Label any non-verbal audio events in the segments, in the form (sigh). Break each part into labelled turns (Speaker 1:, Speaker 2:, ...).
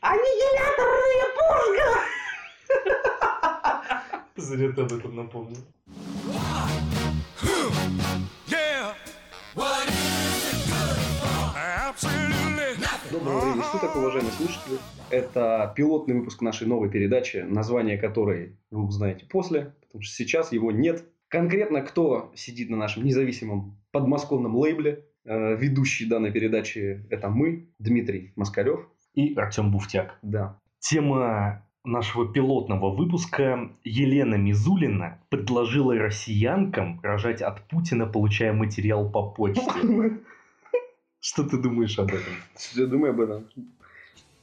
Speaker 1: А
Speaker 2: залет об этом напомнил.
Speaker 3: Yeah. Absolutely.
Speaker 1: Доброго времени суток, уважаемые слушатели. Это пилотный выпуск нашей новой передачи, название которой вы узнаете после, потому что сейчас его нет. Конкретно кто сидит на нашем независимом подмосковном лейбле, э, ведущий данной передачи – это мы, Дмитрий Москалев.
Speaker 2: И Артем Буфтяк.
Speaker 1: Да,
Speaker 2: Тема нашего пилотного выпуска Елена Мизулина предложила россиянкам рожать от Путина, получая материал по
Speaker 1: (laughs)
Speaker 2: почте. Что ты думаешь об этом?
Speaker 1: я думаю об этом.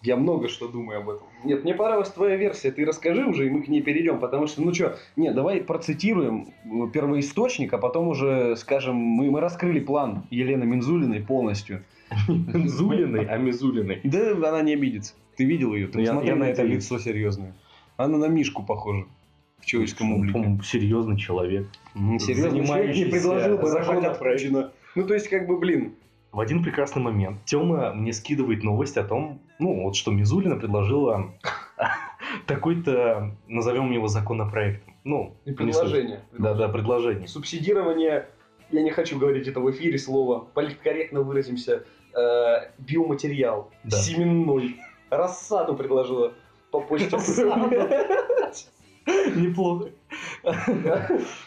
Speaker 1: Я много что думаю об этом. Нет, мне понравилась твоя версия, ты расскажи уже, и мы к ней перейдем, потому что, ну что, не, давай процитируем э, первоисточник, а потом уже скажем, мы, мы раскрыли план Елены Минзулиной полностью. (laughs)
Speaker 2: Мизулиной, а Мизулиной.
Speaker 1: Да она не обидится. Ты видел ее? Ты
Speaker 2: Ну, я-
Speaker 1: посмотри
Speaker 2: я
Speaker 1: на это
Speaker 2: надеюсь.
Speaker 1: лицо серьезное. Она на Мишку похожа. В человеческом облике.
Speaker 2: Ну, По-моему, Серьезный человек.
Speaker 1: Ну, Серьезно, человек не
Speaker 2: занимающийся
Speaker 1: предложил бы рожать
Speaker 2: законом.
Speaker 1: от Путина. Ну, то есть, как бы, блин.
Speaker 2: В один прекрасный момент Тёма мне скидывает новость о том, ну вот что Мизулина предложила (laughs) такой-то, назовем его законопроектом. Ну, не суть.
Speaker 1: (laughs)
Speaker 2: Да-да, предложение.
Speaker 1: Субсидирование, я не хочу говорить это в эфире слово, политкорректно выразимся, э, биоматериал,
Speaker 2: Да.
Speaker 1: семенной, рассаду предложила по почте.
Speaker 2: Неплохо.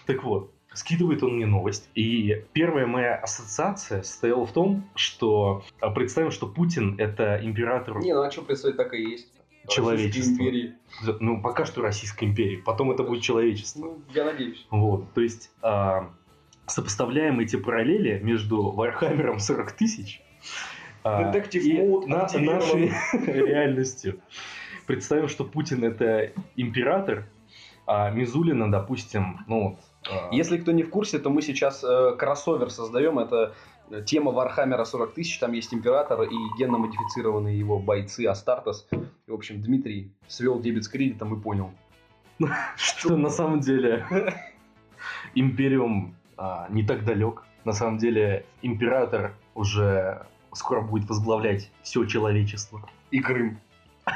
Speaker 2: Так вот, скидывает он мне новость. И первая моя ассоциация состояла в том, что а, представим, что Путин это император,
Speaker 1: (laughs) Не, ну а что представить, так и есть.
Speaker 2: Человечество.
Speaker 1: Российской империи.
Speaker 2: ну пока что Российской империи, потом это будет человечество.
Speaker 1: Ну, я надеюсь.
Speaker 2: Вот, то есть а, сопоставляем эти параллели между Вархаммером 40 тысяч а,
Speaker 1: Детектив
Speaker 2: и
Speaker 1: Мод
Speaker 2: на-
Speaker 1: активирован.
Speaker 2: нашей (laughs) реальностью. Представим, что Путин это император, а Мизулина, допустим, ну вот, а,
Speaker 1: Если кто не в курсе, то мы сейчас э, кроссовер создаем. Это э, тема Вархаммера 40 тысяч. Там есть император и генно-модифицированные его бойцы Астартес. И, в общем, Дмитрий свел дебет с кредитом и понял.
Speaker 2: что на самом деле империум а, не так далек. На самом деле император уже скоро будет возглавлять все человечество.
Speaker 1: И Крым.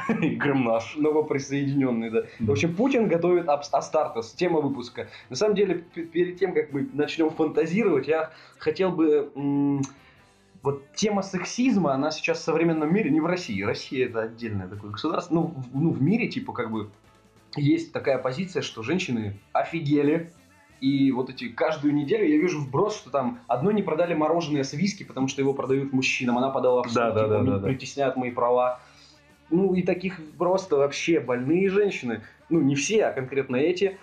Speaker 1: (laughs)
Speaker 2: И Крым наш.
Speaker 1: Новоприсоединенный, да. В общем, Путин готовит а, абс- Астартес. Тема выпуска. На самом деле, п- перед тем, как мы начнем фантазировать, я хотел бы... м, вот тема сексизма, она сейчас в современном мире, не в России, Россия это отдельное такое государство, ну, в- ну в мире типа как бы есть такая позиция, что женщины офигели. И вот эти каждую неделю я вижу вброс, что там одной не продали мороженое с виски, потому что его продают мужчинам. Она подала в суд,
Speaker 2: Да, да,
Speaker 1: типа,
Speaker 2: да,
Speaker 1: «Мне
Speaker 2: да, да.
Speaker 1: притесняют мои права. Ну и таких просто вообще больные женщины. Ну не все, а конкретно эти.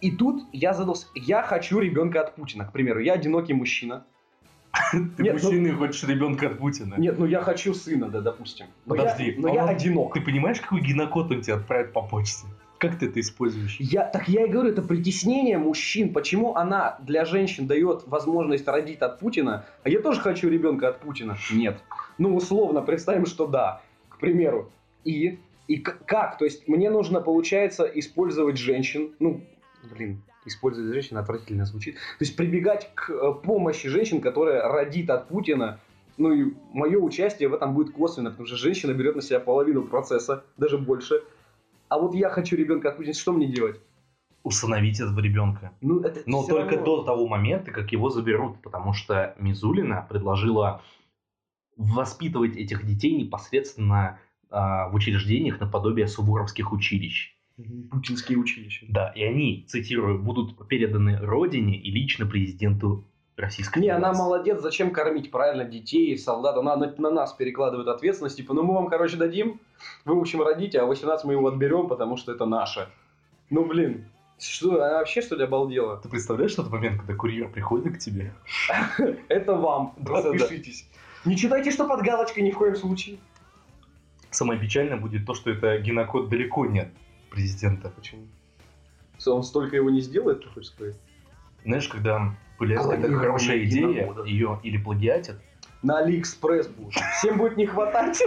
Speaker 1: И тут я задался, я хочу ребенка от Путина, к примеру. Я одинокий мужчина.
Speaker 2: Ты
Speaker 1: Нет, ну-
Speaker 2: мужчина и хочешь ребенка от Путина.
Speaker 1: Нет, ну я хочу сына, да, допустим. Но я-
Speaker 2: Подожди,
Speaker 1: но
Speaker 2: а
Speaker 1: я
Speaker 2: он-
Speaker 1: одинок.
Speaker 2: Ты понимаешь, какой гинокод он тебе отправит по почте? Как ты это используешь?
Speaker 1: Я, так я и говорю, это притеснение мужчин. Почему она для женщин дает возможность родить от Путина? А я тоже хочу ребенка от Путина. Нет. Ну, условно, представим, что да. К примеру. И? И к- как? То есть мне нужно, получается, использовать женщин. Ну, блин, использовать женщин отвратительно звучит. То есть прибегать к э, помощи женщин, которая родит от Путина. Ну и мое участие в этом будет косвенно, потому что женщина берет на себя половину процесса, даже больше. А вот я хочу ребенка от Путина, что мне делать?
Speaker 2: Усыновить этого ребенка.
Speaker 1: Ну, это
Speaker 2: Но
Speaker 1: всё
Speaker 2: только
Speaker 1: равно.
Speaker 2: до того момента, как его заберут, потому что Мизулина предложила воспитывать этих детей непосредственно а, в учреждениях наподобие суворовских училищ.
Speaker 1: Путинские училища.
Speaker 2: Да, и они, цитирую, будут переданы родине и лично президенту Российской
Speaker 1: Не, она
Speaker 2: Федерации.
Speaker 1: молодец, зачем кормить правильно детей, солдат, она на, на нас перекладывает ответственность, типа, ну мы вам, короче, дадим, вы, в общем, родите, а 18 мы его отберем, потому что это наше. Ну, блин, что, она вообще, что ли, обалдела?
Speaker 2: Ты представляешь тот момент, когда курьер приходит к тебе?
Speaker 1: Это вам,
Speaker 2: Да-да-да.
Speaker 1: подпишитесь. Не читайте, что под галочкой, ни в коем случае.
Speaker 2: Самое печальное будет то, что это гинокод далеко не от президента.
Speaker 1: Почему? Он столько его не сделает, ты хочешь сказать?
Speaker 2: Знаешь, когда появляется какая-то
Speaker 1: Планирование
Speaker 2: хорошая идея,
Speaker 1: гинокода.
Speaker 2: ее или плагиатят,
Speaker 1: На Алиэкспресс будет. Всем будет не хватать.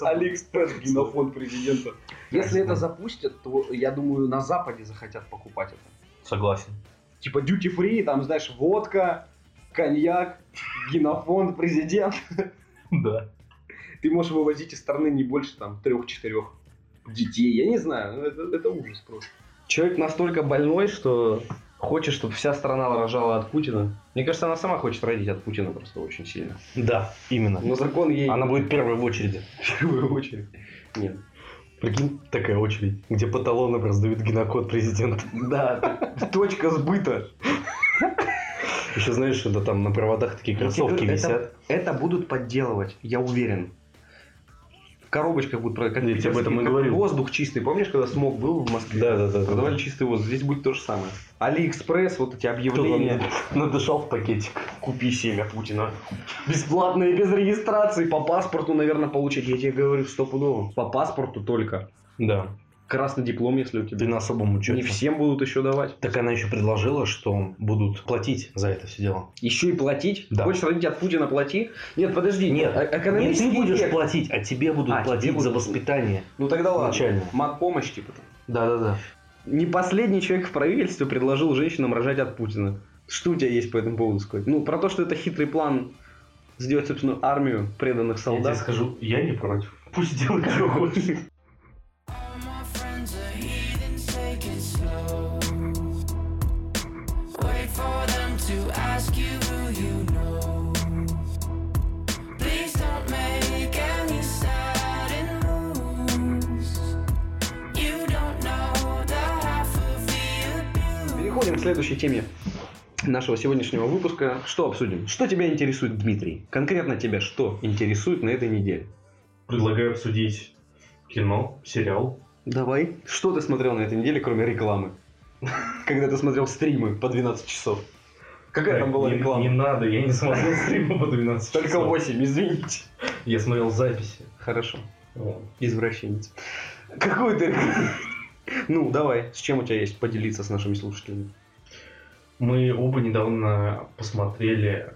Speaker 1: Алиэкспресс, генофонд президента. Если это запустят, то, я думаю, на Западе захотят покупать это.
Speaker 2: согласен. (laughs)
Speaker 1: Типа duty free, там, знаешь, водка, коньяк, генофонд президент.
Speaker 2: Да.
Speaker 1: Ты можешь вывозить из страны не больше, там, трех-четырех детей. Я не знаю, ну, это, это ужас просто. Человек настолько больной, что хочет, чтобы вся страна рожала от Путина. Мне кажется, она сама хочет родить от Путина просто очень сильно.
Speaker 2: Да, именно.
Speaker 1: Но закон ей
Speaker 2: Она будет первой
Speaker 1: (laughs)
Speaker 2: в очереди.
Speaker 1: в первую очередь. Нет.
Speaker 2: Прикинь, такая очередь, где по талонам раздают гинокод президента.
Speaker 1: Да, т- точка сбыта.
Speaker 2: Еще знаешь, это там на проводах такие кроссовки
Speaker 1: Ну, Это-
Speaker 2: висят.
Speaker 1: Это будут подделывать, я уверен. В коробочках будут продавать, как
Speaker 2: Я тебе об этом и
Speaker 1: питерский, как
Speaker 2: говорил.
Speaker 1: воздух чистый. Помнишь, когда смог был в Москве?
Speaker 2: Да, да, да.
Speaker 1: Продавали чистый воздух. Здесь будет то же самое. Алиэкспресс, вот эти объявления.
Speaker 2: надышал в пакетик.
Speaker 1: Купи семя Путина. Бесплатно и без регистрации. По паспорту, наверное, получить. Я тебе говорю стопудово. По паспорту только.
Speaker 2: Да,
Speaker 1: Красный диплом, если у тебя.
Speaker 2: ты на особом учете.
Speaker 1: Не всем будут еще давать.
Speaker 2: Так она еще предложила, что будут платить за это все дело.
Speaker 1: Еще и платить?
Speaker 2: Да.
Speaker 1: Хочешь родить от Путина, плати? Нет, подожди.
Speaker 2: Нет,
Speaker 1: э- экономический
Speaker 2: не ты будешь
Speaker 1: эффект.
Speaker 2: платить, а тебе будут
Speaker 1: А, тебе
Speaker 2: платить
Speaker 1: будут
Speaker 2: за
Speaker 1: платить.
Speaker 2: воспитание.
Speaker 1: Ну тогда ладно.
Speaker 2: Начально.
Speaker 1: Мат-помощь, типа.
Speaker 2: Да-да-да.
Speaker 1: Не последний человек в правительстве предложил женщинам рожать от Путина. Что у тебя есть по этому поводу сказать? Ну, про то, что это хитрый план сделать собственную армию преданных
Speaker 2: Я тебе
Speaker 1: солдат.
Speaker 2: скажу, я не против. Пусть
Speaker 1: (laughs)
Speaker 2: делает, что хочет.
Speaker 4: All my friends are heathens, take it slow. Wait for them to ask you who you know. Please don't make any sudden moves. You don't know the half of the abuse.
Speaker 1: Переходим к следующей теме нашего сегодняшнего выпуска. Что обсудим? Что тебя интересует, Дмитрий? Конкретно тебя что интересует на этой неделе?
Speaker 2: Предлагаю обсудить кино, сериал.
Speaker 1: Давай. Что ты смотрел на этой неделе, кроме рекламы? (laughs) Когда ты смотрел стримы по 12 часов. Какая там была
Speaker 2: не,
Speaker 1: реклама?
Speaker 2: Не надо, я не смотрел (laughs) стримы по 12
Speaker 1: Только
Speaker 2: часов.
Speaker 1: 8, извините.
Speaker 2: Я смотрел записи.
Speaker 1: Хорошо.
Speaker 2: Вот.
Speaker 1: Извращенец. Какой ты... (laughs) Ну, давай, с чем у тебя есть поделиться с нашими слушателями?
Speaker 2: Мы оба недавно посмотрели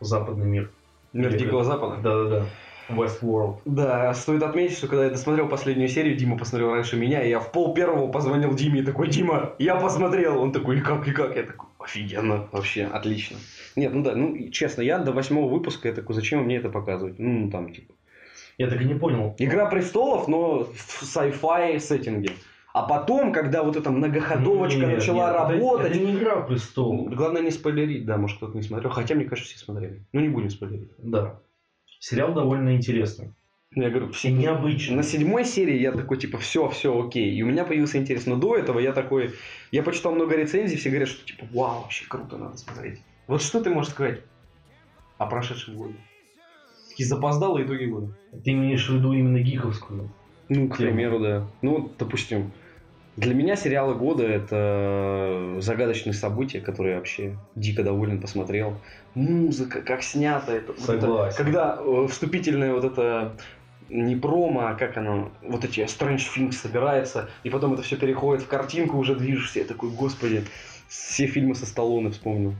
Speaker 2: «Западный мир».
Speaker 1: Мир
Speaker 2: Или-
Speaker 1: Дикого Запада?
Speaker 2: Да-да-да. Westworld.
Speaker 1: Да, стоит отметить, что когда я досмотрел последнюю серию, Дима посмотрел раньше меня, и я в пол первого позвонил Диме и такой, Дима, я посмотрел! Он такой, и как, и как? Я такой, офигенно, вообще, отлично. Нет, ну да, ну и честно, я до восьмого выпуска, я такой, зачем мне это показывать? Ну, там, типа,
Speaker 2: Я так и не понял.
Speaker 1: Игра престолов, но в sci-fi сеттинге. А потом, когда вот эта многоходовочка
Speaker 2: Нет,
Speaker 1: начала
Speaker 2: нет, это-
Speaker 1: работать,
Speaker 2: Это, не «Игра
Speaker 1: Ну,
Speaker 2: престолов».
Speaker 1: Главное не спойлерить, да, может кто-то не смотрел. Хотя, мне кажется, все смотрели. Ну, не будем спойлерить.
Speaker 2: Да. Сериал довольно интересный.
Speaker 1: Ну, Я говорю,
Speaker 2: И необычный.
Speaker 1: на седьмой серии я такой, типа, все, все, окей. И у меня появился интерес. Но до этого я такой, я почитал много рецензий, все говорят, что, типа, вау, вообще круто, надо смотреть. Вот что ты можешь сказать о прошедшем году? Такие запоздалые итоги года.
Speaker 2: Ты имеешь в виду именно гиковскую?
Speaker 1: Ну, к
Speaker 2: Тема.
Speaker 1: примеру, да. Ну, вот, допустим, для меня сериалы года это загадочные события, которые я вообще дико доволен посмотрел. Музыка, как снято это. вот это-
Speaker 2: Согласен.
Speaker 1: когда э, вступительная вот это не промо, а как оно, вот эти Strange Things собирается, и потом это все переходит в картинку, уже движешься, я такой, господи, все фильмы со Сталлоне вспомнил.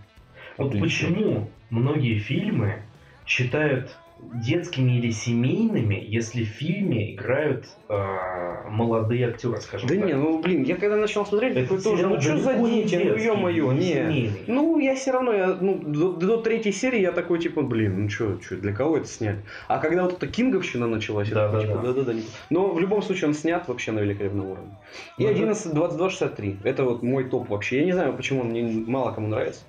Speaker 2: Ну, Вот
Speaker 1: Отлично.
Speaker 2: почему многие фильмы считают детскими или семейными, если в фильме играют э, молодые актеры, скажем
Speaker 1: Да
Speaker 2: так?
Speaker 1: не, ну блин, я когда начал смотреть, такой тоже, ну что за дети, ну ё-моё, не.
Speaker 2: не.
Speaker 1: Ну, я все равно, я, ну, до, до третьей серии я такой, типа, блин, ну что, что, для кого это снять? А когда вот эта кинговщина началась, я
Speaker 2: Да,
Speaker 1: такой,
Speaker 2: да,
Speaker 1: типа,
Speaker 2: да.
Speaker 1: да-да-да. не- Но в любом случае он снят вообще на великолепном уровне. И
Speaker 2: Ну,
Speaker 1: 11, 22, 63. Это вот мой топ вообще. Я не знаю, почему он мне мало кому нравится.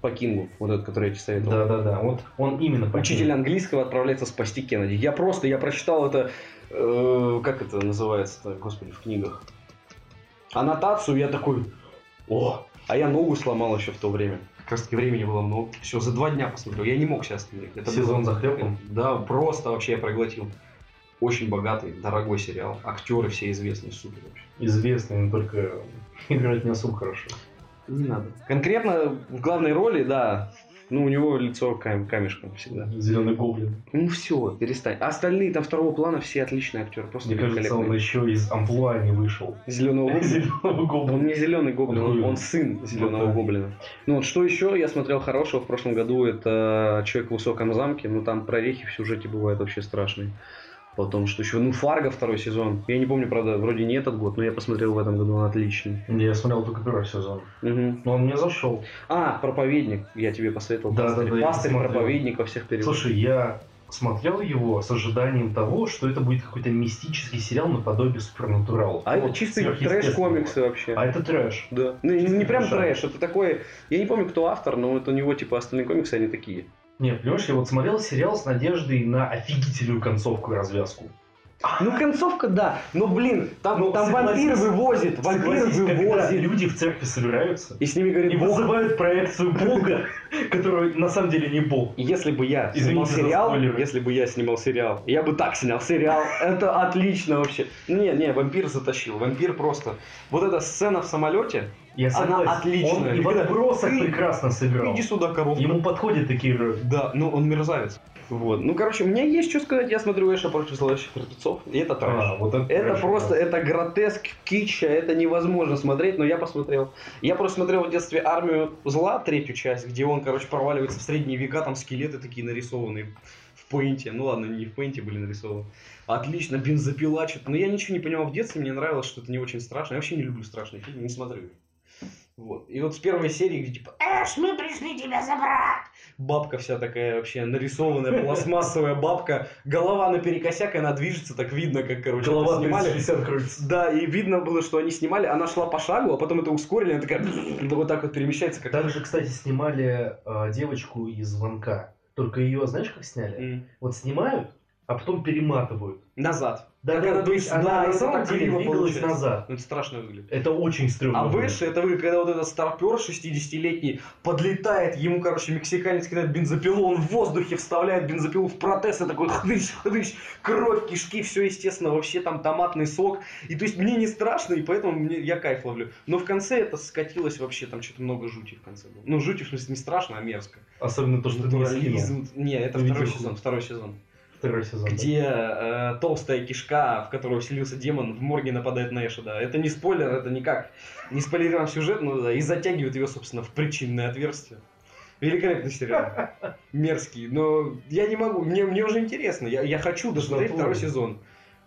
Speaker 1: По Кингу, вот этот, который я тебе советовал.
Speaker 2: Да, да, да. Вот он именно по
Speaker 1: Учитель английского отправляется спасти Кеннеди. Я просто, я прочитал это, э, как это называется, господи, в книгах. Аннотацию я такой, о, а я ногу сломал еще в то время. Как раз таки времени было много. Все, за два дня посмотрел. Я не мог сейчас смотреть. Это
Speaker 2: Сезон
Speaker 1: было-
Speaker 2: за хлебом?
Speaker 1: Да, просто вообще я проглотил. Очень богатый, дорогой сериал. Актеры все известные, супер вообще.
Speaker 2: Известный, но только (laughs) играет не особо хорошо.
Speaker 1: Не надо. Конкретно в главной роли, да, ну у него лицо кам- камешком всегда.
Speaker 2: Зеленый гоблин.
Speaker 1: Ну все, перестань. А остальные там второго плана все отличные актеры, просто
Speaker 2: Мне кажется, он
Speaker 1: великолепные.
Speaker 2: еще из амплуа не вышел. (laughs)
Speaker 1: Зеленого гоблина.
Speaker 2: Зеленого
Speaker 1: Он
Speaker 2: гоблина.
Speaker 1: не зеленый гоблин,
Speaker 2: Он
Speaker 1: он,
Speaker 2: хуй.
Speaker 1: он сын
Speaker 2: Ну
Speaker 1: зеленого
Speaker 2: да.
Speaker 1: гоблина. Ну вот что еще я смотрел хорошего в прошлом году, это Человек в высоком замке, ну там прорехи в сюжете бывают вообще страшные. Потом что еще, ну Фарго второй сезон. Я не помню, правда, вроде не этот год, но я посмотрел в этом году, он отличный.
Speaker 2: Я смотрел только первый сезон.
Speaker 1: Мгм.
Speaker 2: Но он мне зашел.
Speaker 1: А, проповедник, я тебе посоветовал.
Speaker 2: Да, да,
Speaker 1: пастырь
Speaker 2: да, я
Speaker 1: пастырь
Speaker 2: посмотрел.
Speaker 1: проповедника всех переводов.
Speaker 2: Слушай, я смотрел его с ожиданием того, что это будет какой-то мистический сериал наподобие Супернатурал.
Speaker 1: А это
Speaker 2: Вот
Speaker 1: чистый
Speaker 2: сверхъестественного.
Speaker 1: трэш комиксы вообще.
Speaker 2: А это трэш.
Speaker 1: Да. Ну, не,
Speaker 2: чистый
Speaker 1: не прям
Speaker 2: трэш, а.
Speaker 1: трэш, это такое... Я не помню, кто автор, но это у него, типа, остальные комиксы, они такие.
Speaker 2: Нет, понимаешь, я вот смотрел сериал с надеждой на офигительную концовку и развязку.
Speaker 1: Ну, концовка, да. Но, блин, там,
Speaker 2: Ну,
Speaker 1: там вампир
Speaker 2: согласись-
Speaker 1: вывозит, вампир
Speaker 2: Согласись, когда
Speaker 1: вывозит.
Speaker 2: люди в церкви собираются
Speaker 1: И с ними
Speaker 2: и
Speaker 1: говорит, бог,
Speaker 2: вызывают проекцию Бога, (laughs) который на самом деле не Бог.
Speaker 1: Если бы я снимал
Speaker 2: Извините за
Speaker 1: сериал,
Speaker 2: спойлеры.
Speaker 1: если бы я снимал сериал, я бы так снял сериал. (laughs) Это отлично вообще. Ну, Не, не, вампир затащил. Вампир просто. Вот эта сцена в самолете.
Speaker 2: Я
Speaker 1: Она
Speaker 2: согласен.
Speaker 1: отличная.
Speaker 2: Он и в
Speaker 1: Когда
Speaker 2: отбросах
Speaker 1: ты-
Speaker 2: прекрасно сыграл.
Speaker 1: Иди сюда, коровка.
Speaker 2: Ему подходят такие роли.
Speaker 1: Да, ну он мерзавец. Вот. Ну, короче, у меня есть что сказать. Я смотрю Эша против зловещих мертвецов. И это трэш.
Speaker 2: А, вот это
Speaker 1: Это
Speaker 2: трэш,
Speaker 1: просто,
Speaker 2: да.
Speaker 1: это гротеск, кича, это невозможно смотреть, но я посмотрел. Я просто смотрел в детстве «Армию зла», третью часть, где он, короче, проваливается в средние века, там скелеты такие нарисованные в пейнте. Ну ладно, они не в пейнте были нарисованы. Отлично, бензопила, что-то. Но я ничего не понимал в детстве, мне нравилось, что это не очень страшно. Я вообще не люблю страшные фильмы, не смотрю их. Вот. И вот с первой серии, где типа «Эш, мы пришли тебя забрать!» Бабка вся такая вообще нарисованная, пластмассовая бабка. Голова наперекосяк, и она движется, так видно, как, короче, это
Speaker 2: Голова
Speaker 1: снимали.
Speaker 2: 360 крутится.
Speaker 1: Да, и видно было, что они снимали, она шла по шагу, а потом это ускорили, она такая (clears throat) вот так вот перемещается, как...
Speaker 2: Также, кстати, снимали э, девочку из звонка. Только ее, знаешь, как сняли?
Speaker 1: М,
Speaker 2: Вот снимают, а потом перематывают.
Speaker 1: назад.
Speaker 2: Да,
Speaker 1: Как
Speaker 2: как
Speaker 1: она
Speaker 2: бы
Speaker 1: двигается-
Speaker 2: она
Speaker 1: да,
Speaker 2: на
Speaker 1: это
Speaker 2: самом
Speaker 1: так
Speaker 2: деле
Speaker 1: криво
Speaker 2: двигалась
Speaker 1: получается.
Speaker 2: назад.
Speaker 1: Ну, Это страшно выглядит.
Speaker 2: Это очень стрёмно.
Speaker 1: А
Speaker 2: было.
Speaker 1: выше это вы, когда вот этот старпер 60-летний подлетает, ему, короче, мексиканец кидает бензопилу, он в воздухе вставляет бензопилу в протез, и такой хныщ, хныщ, кровь, кишки, все естественно, вообще там томатный сок. И то есть мне не страшно, и поэтому мне, я кайф ловлю. Но в конце это скатилось вообще, там что-то много жути в конце было. Ну, жути, в смысле, не страшно, а мерзко.
Speaker 2: Особенно то, что ты не скинул.
Speaker 1: Натурализм. Не, это
Speaker 2: Ну,
Speaker 1: второй
Speaker 2: видимо.
Speaker 1: сезон, второй сезон.
Speaker 2: Второй сезон.
Speaker 1: Где э, толстая кишка, в которую вселился демон, в морге нападает на Эша, да. Это не спойлер, это никак. Не спойлерим сюжет, но да, и затягивает ее, собственно, в причинное отверстие. Великолепный сериал. Мерзкий. Но я не могу, мне, мне уже интересно. Я, я хочу досмотреть
Speaker 2: Натурно.
Speaker 1: второй сезон.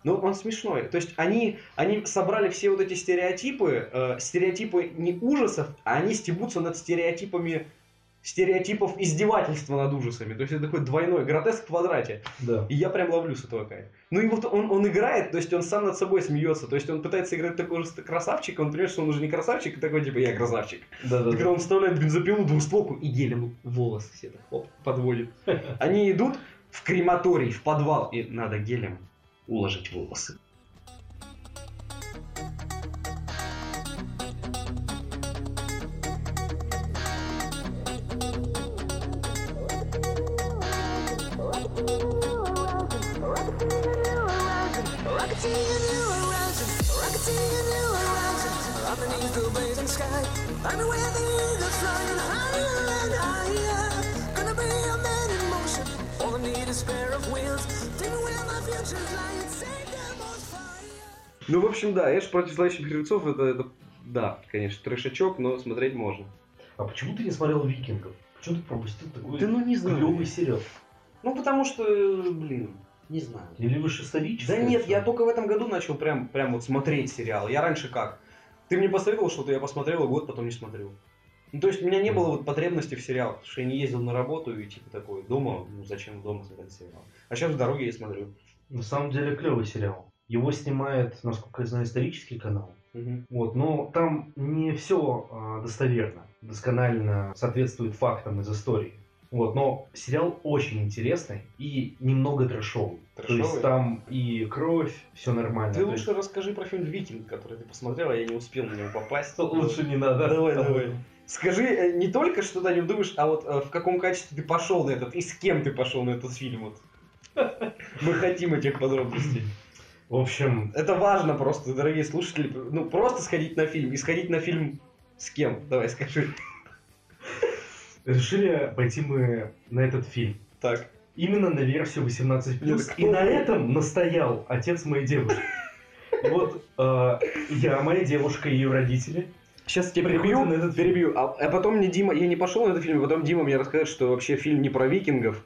Speaker 1: Но он смешной. То есть они, они собрали все вот эти стереотипы, э, стереотипы не ужасов, а они стебутся над стереотипами стереотипов издевательства над ужасами. То есть это такой двойной гротеск в квадрате.
Speaker 2: Да.
Speaker 1: И я прям ловлю с этого кайф. Ну и вот он, он играет, то есть он сам над собой смеется. То есть он пытается играть такого же красавчика, он понимает, что он уже не красавчик, и такой типа я красавчик.
Speaker 2: Да,
Speaker 1: И
Speaker 2: да,
Speaker 1: когда он вставляет бензопилу двуспоку и гелем волосы все так хоп, подводит. (laughs) Они идут в крематорий, в подвал, и надо гелем уложить волосы. Ну, в общем, да, Эш против зловещих мертвецов, это, это, да, конечно, трешачок, но смотреть можно.
Speaker 2: А почему ты не смотрел «Викингов»? Почему ты пропустил такой
Speaker 1: Да ну не знаю.
Speaker 2: клёвый сериал?
Speaker 1: Ну, потому что, э, блин, не знаю.
Speaker 2: Ты любишь историческое?
Speaker 1: Да нет,
Speaker 2: всё?
Speaker 1: я только в этом году начал прям, прям вот смотреть сериал. Я раньше как? Ты мне посоветовал что-то, я посмотрел, и год потом не смотрел. Ну, то есть у меня не было вот потребности в сериал, потому что я не ездил на работу и типа такой дома, ну зачем дома смотреть сериал. А сейчас в дороге я смотрю.
Speaker 2: На самом деле клевый сериал. Его снимает, насколько я знаю, исторический канал. Вот, но там не все достоверно, досконально соответствует фактам из истории. Вот, но сериал очень интересный и немного трэшовый. То
Speaker 1: Трэшовый?
Speaker 2: есть там и кровь, все нормально.
Speaker 1: Ты
Speaker 2: То
Speaker 1: лучше расскажи про фильм «Викинг», который ты посмотрел, а я не успел на него попасть.
Speaker 2: есть- (laughs) лучше не надо.
Speaker 1: Давай, давай. Скажи э, не только, что ты о нем думаешь, а вот э, в каком качестве ты пошел на этот, и с кем ты пошел на этот фильм. Вот. (laughs) Мы хотим этих подробностей.
Speaker 2: В общем,
Speaker 1: Это важно просто, дорогие слушатели. Ну, просто сходить на фильм. И сходить на фильм с кем? Давай, скажи.
Speaker 2: решили пойти мы на этот фильм.
Speaker 1: Так.
Speaker 2: Именно на версию 18+.
Speaker 1: Нет,
Speaker 2: и на этом настоял отец моей
Speaker 1: (laughs)
Speaker 2: девушки. Вот э, я, моя девушка и
Speaker 1: (laughs)
Speaker 2: ее родители.
Speaker 1: Сейчас тебя
Speaker 2: Приходим
Speaker 1: перебью,
Speaker 2: на этот фильм.
Speaker 1: перебью. А, а потом мне Дима, я не пошел на этот фильм, а потом Дима мне рассказал, что вообще фильм не про викингов,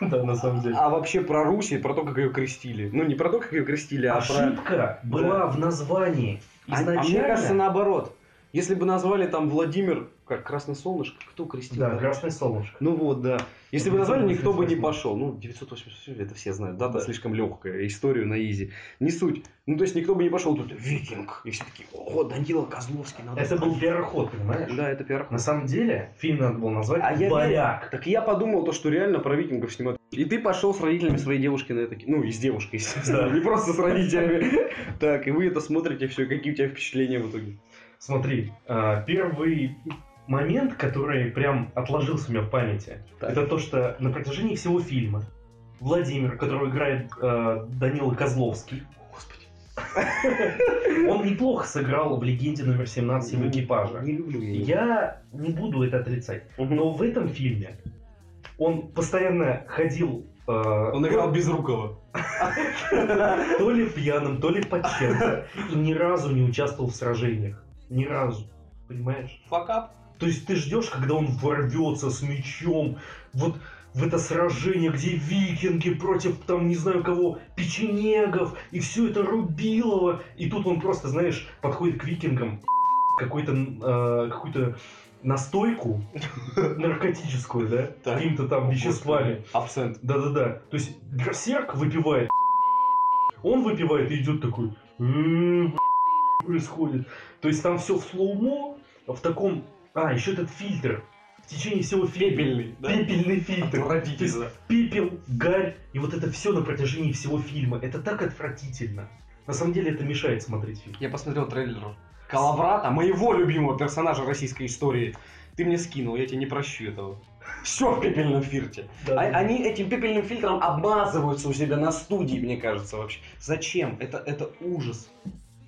Speaker 2: Да, на самом деле.
Speaker 1: а вообще про Русь и про то, как ее крестили. Ну, не про то, как ее крестили, а про...
Speaker 2: Ошибка была в названии.
Speaker 1: А- А, мне
Speaker 2: Изначально
Speaker 1: кажется, наоборот. Если бы назвали там Владимир как «Красное солнышко», кто крестил?
Speaker 2: Да,
Speaker 1: народ?
Speaker 2: красное солнышко.
Speaker 1: Ну вот, да. Если бы назвали, никто бы не
Speaker 2: 988.
Speaker 1: пошел. Ну, 988, это все знают. Дата
Speaker 2: Да.
Speaker 1: слишком легкая, историю на изи. Не суть. Ну, то есть никто бы не пошел тут викинг. И все такие, о, Данила Козловский. Надо
Speaker 2: Это был первый ход, понимаешь?
Speaker 1: Да, это пиар.
Speaker 2: На самом деле, фильм надо было назвать
Speaker 1: А я
Speaker 2: «Варяг».
Speaker 1: Так я подумал, то, что реально про викингов снимают. И ты пошел с родителями своей девушки на это кино. Ну, и с девушкой, естественно.
Speaker 2: Да.
Speaker 1: Не просто с родителями. Так, и вы это смотрите все. Какие у тебя впечатления в итоге?
Speaker 2: Смотри, а, первый момент, который прям отложился у меня в памяти,
Speaker 1: Так.
Speaker 2: это то, что на протяжении всего фильма Владимир, которого играет э, Данила Козловский,
Speaker 1: Господи.
Speaker 2: (laughs) он неплохо сыграл в «Легенде номер 17» и в экипаже.
Speaker 1: Не люблю я. его.
Speaker 2: Я не буду это отрицать, но в этом фильме он постоянно ходил э,
Speaker 1: Он играл Безрукова.
Speaker 2: то ли пьяным, то ли под чем-то, и ни разу не участвовал в сражениях. Ни разу. Понимаешь?
Speaker 1: Факап.
Speaker 2: То есть ты ждешь, когда он ворвется с мечом, вот в это сражение, где викинги против, там, не знаю кого, печенегов, и все это рубилово. И тут он просто, знаешь, подходит к викингам, (laughs) какой-то, э, какую-то настойку наркотическую, да,
Speaker 1: Так.
Speaker 2: какими-то там веществами.
Speaker 1: Абсент.
Speaker 2: Да-да-да. То есть Берсерк выпивает, (laughs) он выпивает и идет такой, «Э, б***ь, (laughs) происходит. То есть там все в слоумо, в таком... А, еще этот фильтр. В течение всего фильма.
Speaker 1: Пепельный, да?
Speaker 2: Пепельный
Speaker 1: А
Speaker 2: фильтр. То есть
Speaker 1: Отвратительно.
Speaker 2: пепел, гарь, и вот это все на протяжении всего фильма. Это так отвратительно. На самом деле это мешает смотреть фильм.
Speaker 1: Я посмотрел трейлер Калаврата, моего любимого персонажа российской истории. Ты мне скинул, я тебе не прощу этого. Все в пепельном фильтре. А- они этим пепельным фильтром обмазываются у себя на студии, мне кажется, вообще. Зачем? Это, это ужас.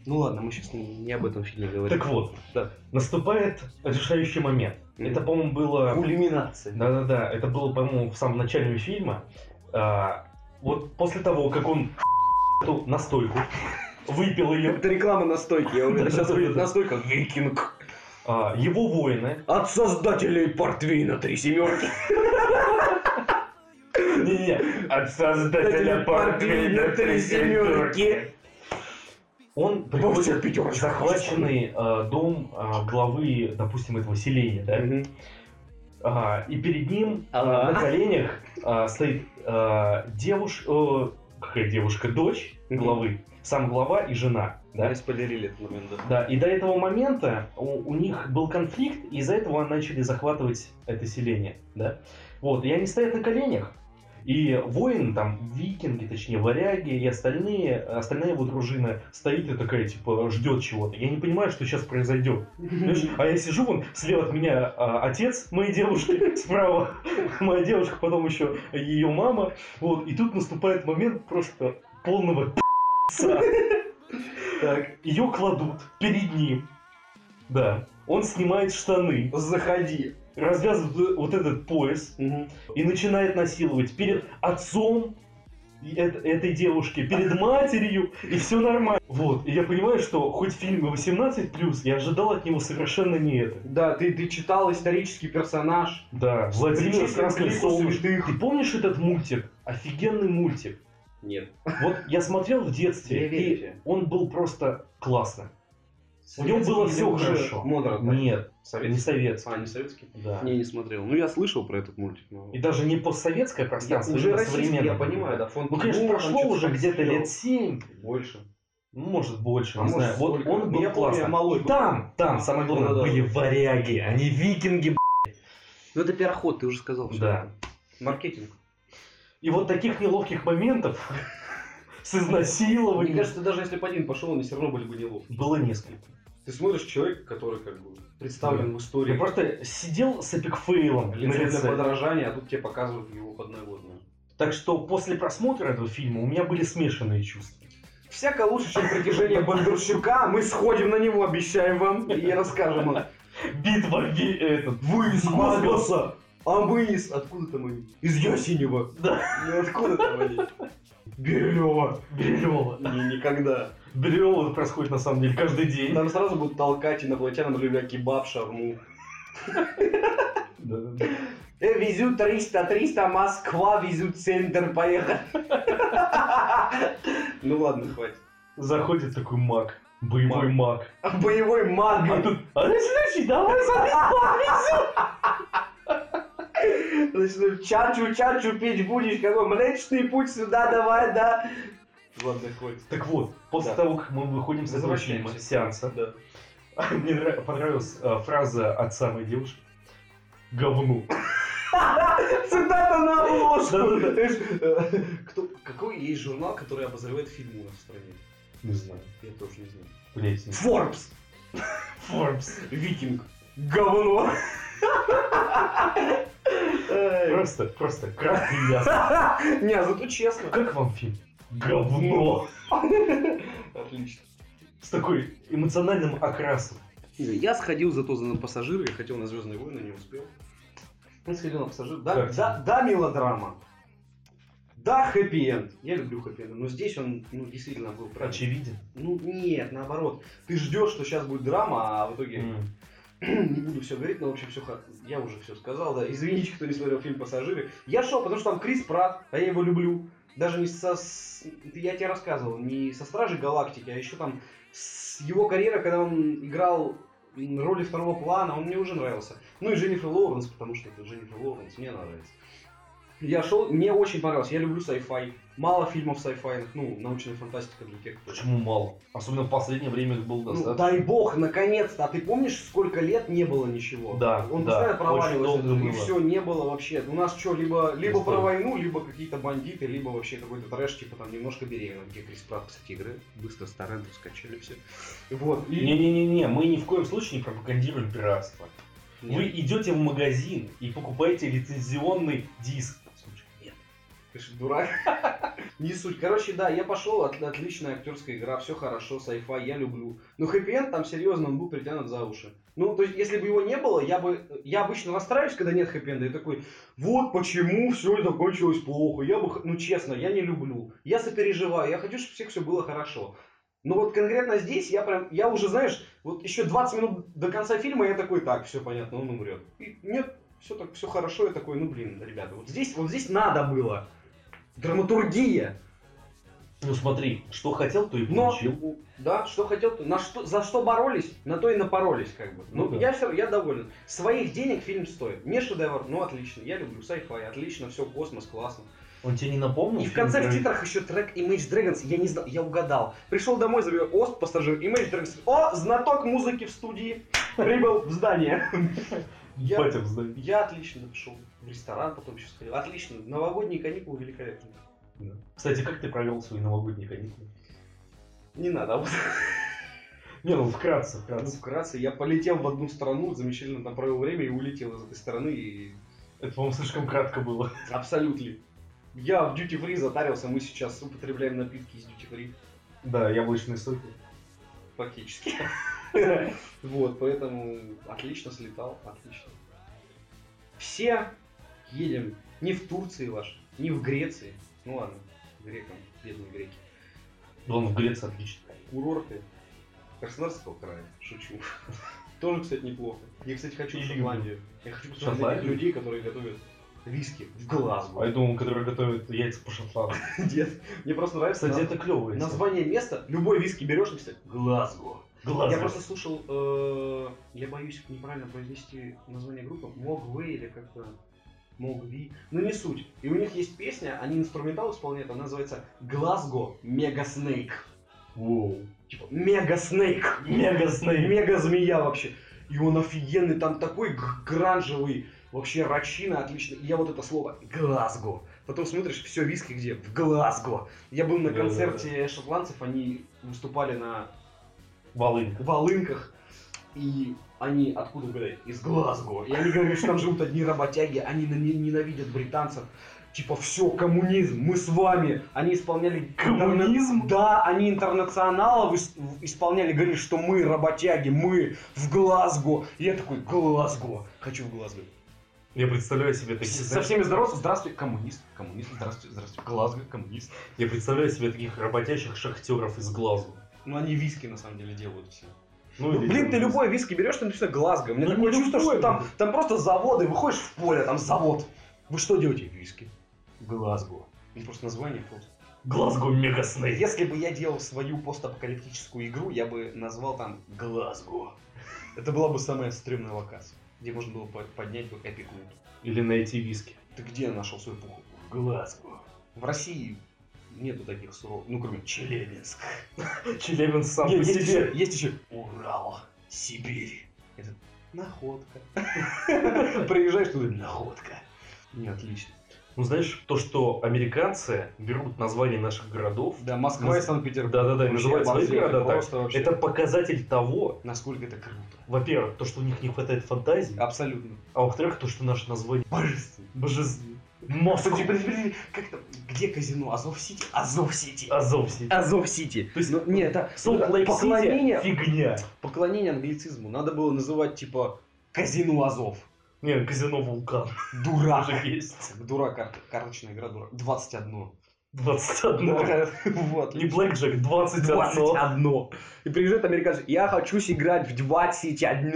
Speaker 1: Ну ладно, мы сейчас не, не об этом фильме говорим.
Speaker 2: Так вот,
Speaker 1: Да.
Speaker 2: наступает решающий момент.
Speaker 1: Мгм.
Speaker 2: Это, по-моему, было...
Speaker 1: Кульминация.
Speaker 2: Да-да-да, это было, по-моему, в самом начале фильма. А, вот после того, как он (laughs) эту настойку (laughs) выпил ее,
Speaker 1: Это реклама настойки, я уверен. Сейчас будет настойка «Викинг»
Speaker 2: а, его воины...
Speaker 1: от создателей портвейна «Три семерки».
Speaker 2: Не-не-не, от создателя
Speaker 1: Создателя портвейна «Три семерки».
Speaker 2: Он
Speaker 1: Получил
Speaker 2: приходит в
Speaker 1: пятерочку.
Speaker 2: захваченный э, дом э, главы, допустим, этого селения, да?
Speaker 1: Мгм. А.
Speaker 2: А, и перед ним э,
Speaker 1: Ага.
Speaker 2: на коленях э, стоит девушка, какая девушка, дочь
Speaker 1: Мгм.
Speaker 2: главы, сам глава и жена, да?
Speaker 1: Мне спойлерили этот момент, да.
Speaker 2: Да, и до этого момента у, у них был конфликт, и из-за этого начали захватывать это селение, да. Вот, и они стоят на коленях, и воины там, викинги, точнее, варяги и остальные, остальная его дружина стоит и такая, типа, ждет чего-то. Я не понимаю, что сейчас произойдет. Понимаешь? А я сижу, вон, слева от меня а, отец моей девушки, (laughs) справа моя девушка, потом еще ее мама. Вот, и тут наступает момент просто полного пи***ца. Так, ее кладут перед ним. Да. Он снимает штаны,
Speaker 1: Заходи.
Speaker 2: развязывает вот этот пояс
Speaker 1: Мгм.
Speaker 2: и начинает насиловать перед отцом и эт- этой девушки, перед матерью, и все нормально. Вот. И я понимаю, что хоть фильм и 18+, я ожидал от него совершенно не это.
Speaker 1: Да, ты, ты читал исторический персонаж.
Speaker 2: Да, Владимир
Speaker 1: Причислен к
Speaker 2: Красный
Speaker 1: лику
Speaker 2: Солнышко.
Speaker 1: святых.
Speaker 2: Ты помнишь этот мультик? Офигенный мультик.
Speaker 1: Нет.
Speaker 2: Вот я смотрел в
Speaker 1: Я
Speaker 2: детстве,
Speaker 1: верю
Speaker 2: и
Speaker 1: тебе.
Speaker 2: он был просто классно. В нем было все хорошо.
Speaker 1: Модро, да?
Speaker 2: Нет, не
Speaker 1: Советский.
Speaker 2: советский.
Speaker 1: А, не советский?
Speaker 2: Да.
Speaker 1: Не, не смотрел. Ну, я слышал про этот мультик. но-
Speaker 2: И даже не постсоветское
Speaker 1: Я
Speaker 2: пространство,
Speaker 1: уже
Speaker 2: именно
Speaker 1: российский,
Speaker 2: современное.
Speaker 1: я понимаю, да. Фонд
Speaker 2: Ну, конечно,
Speaker 1: Тимура, там
Speaker 2: прошло
Speaker 1: что-то
Speaker 2: уже
Speaker 1: там
Speaker 2: где-то
Speaker 1: всё.
Speaker 2: лет 7,
Speaker 1: Больше.
Speaker 2: может больше,
Speaker 1: А
Speaker 2: не
Speaker 1: может,
Speaker 2: знаю. Вот
Speaker 1: сколько? Ну, я
Speaker 2: он был
Speaker 1: помню, я
Speaker 2: классный.
Speaker 1: малой
Speaker 2: И
Speaker 1: был.
Speaker 2: там, там, самое главное,
Speaker 1: Да-да-да.
Speaker 2: были варяги, а не викинги, б***ь.
Speaker 1: Ну, это переход, ты уже сказал. всё.
Speaker 2: Да.
Speaker 1: Маркетинг.
Speaker 2: И вот таких неловких моментов с
Speaker 1: Мне
Speaker 2: изнасилованием
Speaker 1: кажется, даже если бы один пошел, он все равно были бы неловко.
Speaker 2: было несколько.
Speaker 1: Ты смотришь человек, который как бы представлен в
Speaker 2: Я
Speaker 1: истории.
Speaker 2: просто сидел с эпикфейлом на
Speaker 1: лицо для
Speaker 2: лице.
Speaker 1: подражания, а тут тебе показывают его подноготную.
Speaker 2: Так что после просмотра этого фильма у меня были смешанные чувства.
Speaker 1: Всяко лучше, чем притяжение Бондарчука. Мы сходим на него, обещаем вам, и расскажем вам.
Speaker 2: Битва ви- этот.
Speaker 1: Вы из
Speaker 2: космоса.
Speaker 1: А мы из... Откуда там они? Из Ясенева.
Speaker 2: Да,
Speaker 1: Ну откуда там они? Бирёва.
Speaker 2: Бирёва.
Speaker 1: Не, никогда.
Speaker 2: Бирёва происходит на самом деле каждый день.
Speaker 1: Там сразу будут толкать инопланетянам любя кебаб, шарму.
Speaker 2: Да, да, да.
Speaker 1: Э, везут 300, 300, Москва, везут центр, поехали. (laughs) Ну ладно, хватит.
Speaker 2: Заходит такой маг. Боевой маг.
Speaker 1: Боевой
Speaker 2: А
Speaker 1: маг.
Speaker 2: тут, а, слушай, давай, смотри,
Speaker 1: Начну ну, чачу, чачу петь будешь, какой млечный путь сюда давай, да. Ладно, хватит.
Speaker 2: Так вот, после
Speaker 1: Да.
Speaker 2: того, как мы выходим с этого фильма,
Speaker 1: Возвращаемся.
Speaker 2: сеанса,
Speaker 1: Да.
Speaker 2: мне нрав- понравилась э, фраза от самой девушки. Говну.
Speaker 1: Цитата на обложку.
Speaker 2: Да-да-да.
Speaker 1: Знаешь, э, кто- Какой есть журнал, который обозревает фильмы у нас в стране?
Speaker 2: Не знаю.
Speaker 1: Я тоже не знаю.
Speaker 2: Блять.
Speaker 1: Forbes!
Speaker 2: Форбс.
Speaker 1: Викинг. Говно. Эй.
Speaker 2: Просто, просто, красно и ясно.
Speaker 1: Не, зато честно.
Speaker 2: Как вам фильм? Говно.
Speaker 1: Отлично.
Speaker 2: С такой эмоциональным окрасом.
Speaker 1: Я сходил зато за на пассажира, я хотел на Звездные войны, не успел. Ты сходил на пассажир? Да,
Speaker 2: Как?
Speaker 1: да, да, мелодрама. Да, хэппи-энд. Я люблю хэппи-энд, но здесь он ну, действительно был прочит.
Speaker 2: Очевиден.
Speaker 1: Ну нет, наоборот. Ты ждешь, что сейчас будет драма, а в итоге
Speaker 2: М.
Speaker 1: (clears throat) не буду все говорить, но в общем все я уже все сказал, да. Извините, кто не смотрел фильм Пассажиры. Я шел, потому что там Крис Пратт, а я его люблю. Даже не со, с- я тебе рассказывал, не со Стражей Галактики, а еще там с его карьера, когда он играл м, роли второго плана, он мне уже нравился. Ну и Дженнифер Лоуренс, потому что это Дженнифер Лоуренс, мне она нравится. Я шел, мне очень понравилось, я люблю sci-fi. Мало фильмов sci-fi, ну, научная фантастика для тех, кто...
Speaker 2: Почему мало? Особенно в последнее время их было
Speaker 1: Ну,
Speaker 2: достаточно.
Speaker 1: дай бог, наконец-то. А ты помнишь, сколько лет не было ничего?
Speaker 2: Да,
Speaker 1: Он
Speaker 2: да,
Speaker 1: постоянно
Speaker 2: очень
Speaker 1: проваливался.
Speaker 2: долго
Speaker 1: и
Speaker 2: было.
Speaker 1: все, не было вообще. У нас что, либо, либо
Speaker 2: Не
Speaker 1: про
Speaker 2: стоит.
Speaker 1: войну, либо какие-то бандиты, либо вообще какой-то трэш, типа там немножко беременна, где Крис Пратт, кстати, игры. Быстро с Торрентом скачали все. Вот. И...
Speaker 2: Не-не-не-не, мы ни в коем случае не пропагандируем пиратство.
Speaker 1: Нет,
Speaker 2: Вы идете в магазин и покупаете лицензионный диск. Слушай, нет.
Speaker 1: ты ж дурак. (laughs) не суть. Короче, да, я пошел, от- отличная актерская игра, все хорошо, сайфай, я люблю. Но хэппи там серьезно он был притянут за уши. Ну, то есть, если бы его не было, я бы. Я обычно расстраиваюсь, когда нет хэппи-энда. Я такой, вот почему все закончилось плохо. Я бы, х- ну честно, я не люблю. Я сопереживаю, я хочу, чтобы всех все было хорошо. Но вот конкретно здесь я прям, я уже, знаешь, вот еще 20 минут до конца фильма я такой, так, все понятно, он умрет. И нет, все так, все хорошо, я такой, ну блин, ребята, вот здесь, вот здесь надо было. Драматургия.
Speaker 2: Ну смотри, что хотел, то и
Speaker 1: Но,
Speaker 2: получил.
Speaker 1: да, что хотел, то- на что, за что боролись, на то и напоролись, как бы. Ну,
Speaker 2: Ну да.
Speaker 1: я все, я доволен. Своих денег фильм стоит. Не шедевр, ну отлично, я люблю sci-fi, отлично, все, космос, классно.
Speaker 2: Он тебе не напомнил?
Speaker 1: И в
Speaker 2: Ну, фильм
Speaker 1: конце в
Speaker 2: про-
Speaker 1: титрах еще трек Image Dragons, я не знал, я угадал. Пришел домой, забил Ост, пассажир, Image Dragons. О, знаток музыки в студии, прибыл в здание. Я-
Speaker 2: Батя в здании.
Speaker 1: Я отлично пошел в ресторан, потом еще сходил. Отлично, новогодние каникулы великолепны.
Speaker 2: Да. Кстати, как ты провел свои новогодние каникулы?
Speaker 1: Не надо. а вот.
Speaker 2: Не, ну вкратце,
Speaker 1: Ну,
Speaker 2: вкратце.
Speaker 1: вкратце, я полетел в одну страну, замечательно там провел время и улетел из этой страны. И...
Speaker 2: Это, по-моему, слишком кратко было.
Speaker 1: Абсолютно. Я в Duty Free затарился, мы сейчас употребляем напитки из Duty Free.
Speaker 2: Да, яблочные соки.
Speaker 1: Фактически. (laughs) Вот, поэтому отлично слетал, отлично. Все едем не в Турции ваш, не в Греции. Ну ладно, грекам, бедные греки.
Speaker 2: Он в Греции отлично.
Speaker 1: Курорты Краснодарского края, шучу. (laughs) Тоже, кстати, неплохо. Я, кстати, хочу в
Speaker 2: Или
Speaker 1: Шотландию. Я хочу посмотреть на
Speaker 2: Шотландию?
Speaker 1: этих людей, которые готовят виски в Глазго. (laughs)
Speaker 2: А я думал, которые готовят яйца по-шотландски.
Speaker 1: Нет, мне просто нравится.
Speaker 2: Кстати,
Speaker 1: на-
Speaker 2: это клево.
Speaker 1: Название места, любой виски берешь, написать Глазго.
Speaker 2: Глаз.
Speaker 1: Я просто слушал, э, я боюсь неправильно произнести название группы, Могвы или как-то Могви, ну не суть. И у них есть песня, они инструментал исполняют, она называется Глазго Мега Снейк.
Speaker 2: Воу.
Speaker 1: Типа Мега Снейк,
Speaker 2: Мега снейк.
Speaker 1: Мега Змея вообще. И он офигенный, там такой г- гранжевый, вообще рачина отлично. И я вот это слово Глазго. Потом смотришь, все виски где? В Глазго. Я был на
Speaker 2: Да-да-да.
Speaker 1: концерте шотландцев, они выступали на
Speaker 2: Волынь.
Speaker 1: волынках. И они откуда, блядь, из Глазго. И они говорят, что там живут одни работяги, они на- ненавидят британцев. Типа, все, коммунизм, мы с вами. Они исполняли...
Speaker 2: Коммунизм?
Speaker 1: Да, они интернационалов ис- исполняли, говорили, что мы работяги, мы в Глазго. И я такой, Глазго, хочу в Глазго.
Speaker 2: Я представляю себе таких...
Speaker 1: Со
Speaker 2: знаешь,
Speaker 1: всеми здороваться, здравствуй, коммунист, коммунист, здравствуй, здравствуй, Глазго, коммунист.
Speaker 2: Я представляю себе таких работящих шахтеров из Глазго.
Speaker 1: Ну, они виски, на самом деле, делают все.
Speaker 2: Ну,
Speaker 1: Ну,
Speaker 2: или
Speaker 1: блин,
Speaker 2: там
Speaker 1: ты
Speaker 2: из-
Speaker 1: любой виски берешь, там написано Глазго. У меня
Speaker 2: Ну,
Speaker 1: такое
Speaker 2: не
Speaker 1: чувство, что
Speaker 2: любой,
Speaker 1: там,
Speaker 2: блин.
Speaker 1: там просто заводы, выходишь в поле, там завод. Вы что делаете? Виски. Глазго. Ну, просто название просто.
Speaker 2: Глазго мега снейк.
Speaker 1: Если бы я делал свою постапокалиптическую игру, я бы назвал там Глазго. Это была бы самая стрёмная локация, где можно было по- поднять бы копейку.
Speaker 2: Или найти виски.
Speaker 1: Ты где нашел свою пуху? В Глазго. В России нету таких суров, ну кроме Челябинска.
Speaker 2: Челябин сам
Speaker 1: Нет,
Speaker 2: по
Speaker 1: есть,
Speaker 2: себе.
Speaker 1: еще, есть еще Урал, Сибирь. Это (laughs) находка. Приезжаешь туда, находка. Не, отлично.
Speaker 2: Ну, знаешь, то, что американцы берут название наших городов,
Speaker 1: Да, Москва и
Speaker 2: Наз-
Speaker 1: Санкт-Петербург.
Speaker 2: Да-да-да, и
Speaker 1: Вообще
Speaker 2: называют свои
Speaker 1: обалденно,
Speaker 2: города так.
Speaker 1: просто вообще.
Speaker 2: это показатель того,
Speaker 1: Насколько это круто.
Speaker 2: во-первых, то, что у них не хватает фантазии, а,
Speaker 1: Абсолютно.
Speaker 2: во-вторых, то, что наше название
Speaker 1: Божественно.
Speaker 2: божественно.
Speaker 1: Подожди, подожди, подожди, как там? Где казино? Азов-Сити? Азов-Сити.
Speaker 2: Азовси.
Speaker 1: Азов-Сити.
Speaker 2: То есть,
Speaker 1: Ну, не, это
Speaker 2: Солт-Лейк-Сити
Speaker 1: поклонение,
Speaker 2: фигня.
Speaker 1: поклонение англицизму. Надо было называть, типа, казино Азов.
Speaker 2: Не, ну, казино Вулкан
Speaker 1: Дурак.
Speaker 2: тоже есть.
Speaker 1: (laughs) Дурак, кар- карточная игра, дурак. 21.
Speaker 2: 21.
Speaker 1: (laughs) Вот.
Speaker 2: Не Блэкджек, 21.
Speaker 1: 21.
Speaker 5: И приезжает американец, я хочу сыграть в 21.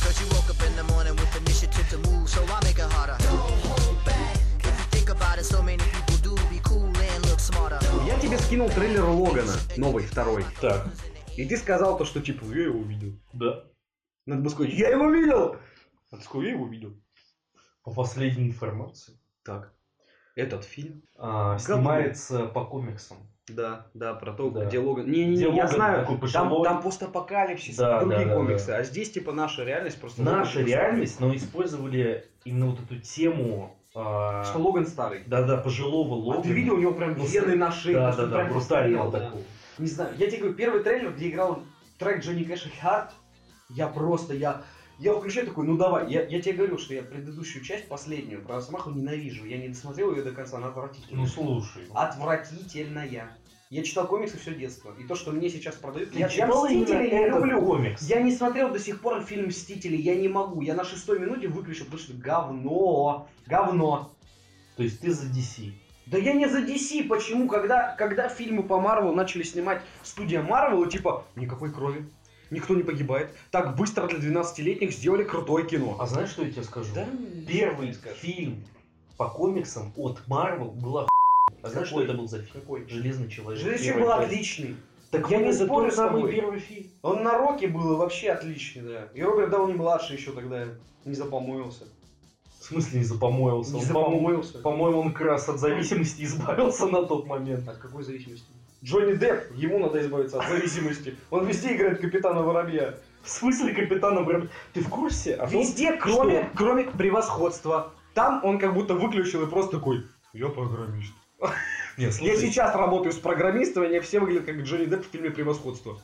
Speaker 6: Cause you woke up in the morning with initiative to move, so I make it harder. Don't hold back. If you think about it, so many people do be cool and look smarter.
Speaker 1: Я тебе скинул трейлер Логана, новый, второй.
Speaker 2: Так,
Speaker 1: И ты сказал то, что типа, я его видел.
Speaker 2: да.
Speaker 1: Надо было сказать, я его видел! А ты сказал, я его видел.
Speaker 2: По последней информации,
Speaker 1: Так. Этот фильм.
Speaker 2: а, снимается по комиксам.
Speaker 1: Да, да, про то,
Speaker 2: Да.
Speaker 1: где Логан. Не, не,
Speaker 2: Где
Speaker 1: не, я
Speaker 2: Логан
Speaker 1: знаю,
Speaker 2: такой
Speaker 1: там,
Speaker 2: пожилой.
Speaker 1: там постапокалипсис,
Speaker 2: Да,
Speaker 1: другие
Speaker 2: да, да,
Speaker 1: комиксы.
Speaker 2: да.
Speaker 1: А здесь типа наша реальность просто.
Speaker 2: Наша
Speaker 1: Логан
Speaker 2: реальность, но использовали именно вот эту тему а,
Speaker 1: старый. Что Логан старый.
Speaker 2: да-да, пожилого Логана.
Speaker 1: А ты видел, у него прям
Speaker 2: Ну,
Speaker 1: вены на шее.
Speaker 2: Да,
Speaker 1: просто
Speaker 2: да, да,
Speaker 1: прям
Speaker 2: брутального
Speaker 1: постарел, да.
Speaker 2: такого.
Speaker 1: Не знаю, я тебе говорю, первый трейлер, где играл трек Джонни Кэша Харт, я просто, я, я включаю такой, ну давай, я, я тебе говорю, что я предыдущую часть, последнюю, про Росомаху ненавижу, я не досмотрел ее до конца, она отвратительная.
Speaker 2: Ну слушай.
Speaker 1: А Отвратительная. Я читал комиксы все детство, и то, что мне сейчас продают,
Speaker 2: Ты
Speaker 1: я, я
Speaker 2: читал именно
Speaker 1: «Мстителей» не
Speaker 2: этот
Speaker 1: люблю.
Speaker 2: комикс.
Speaker 1: Я не смотрел до сих пор фильм «Мстители», я не могу, я на шестой минуте выключил, потому что говно, говно.
Speaker 2: То есть ты за DC.
Speaker 1: Да я не за DC, почему? Когда, когда фильмы по Марвел начали снимать студия Марвел, типа, никакой крови, никто не погибает, так быстро для 12-летних сделали крутое кино.
Speaker 2: А знаешь, что я тебе скажу?
Speaker 1: Да,
Speaker 2: Первый
Speaker 1: не скажешь.
Speaker 2: фильм по комиксам от Marvel был ох- А знаешь, что
Speaker 1: Какой?
Speaker 2: это был за фильм?
Speaker 1: Какой?
Speaker 2: Железный человек.
Speaker 1: Железный
Speaker 2: Первая
Speaker 1: был
Speaker 2: часть.
Speaker 1: отличный.
Speaker 2: Так
Speaker 1: Я
Speaker 2: вот,
Speaker 1: не
Speaker 2: это
Speaker 1: спорю
Speaker 2: тот
Speaker 1: с
Speaker 2: самый
Speaker 1: тобой.
Speaker 2: первый фильм.
Speaker 1: Он на Роке был и вообще отличный, да. И Роберт Дауни младший еще тогда не запомоился.
Speaker 2: В смысле не запомоился?
Speaker 1: Не
Speaker 2: Он, по-моему,
Speaker 1: запомоился.
Speaker 2: По-моему, он как раз от зависимости избавился на тот момент.
Speaker 1: От какой зависимости? Джонни Депп, ему надо избавиться от зависимости. Он везде играет капитана Воробья.
Speaker 2: В смысле капитана Брам... Ты в курсе? о том,
Speaker 1: Везде, А кроме, кроме превосходства. Там он как будто выключил и просто такой, я (laughs) программист. Я
Speaker 2: Нет, слушай,
Speaker 1: сейчас работаю с программистами, все выглядят как Джонни Депп в фильме «Превосходство».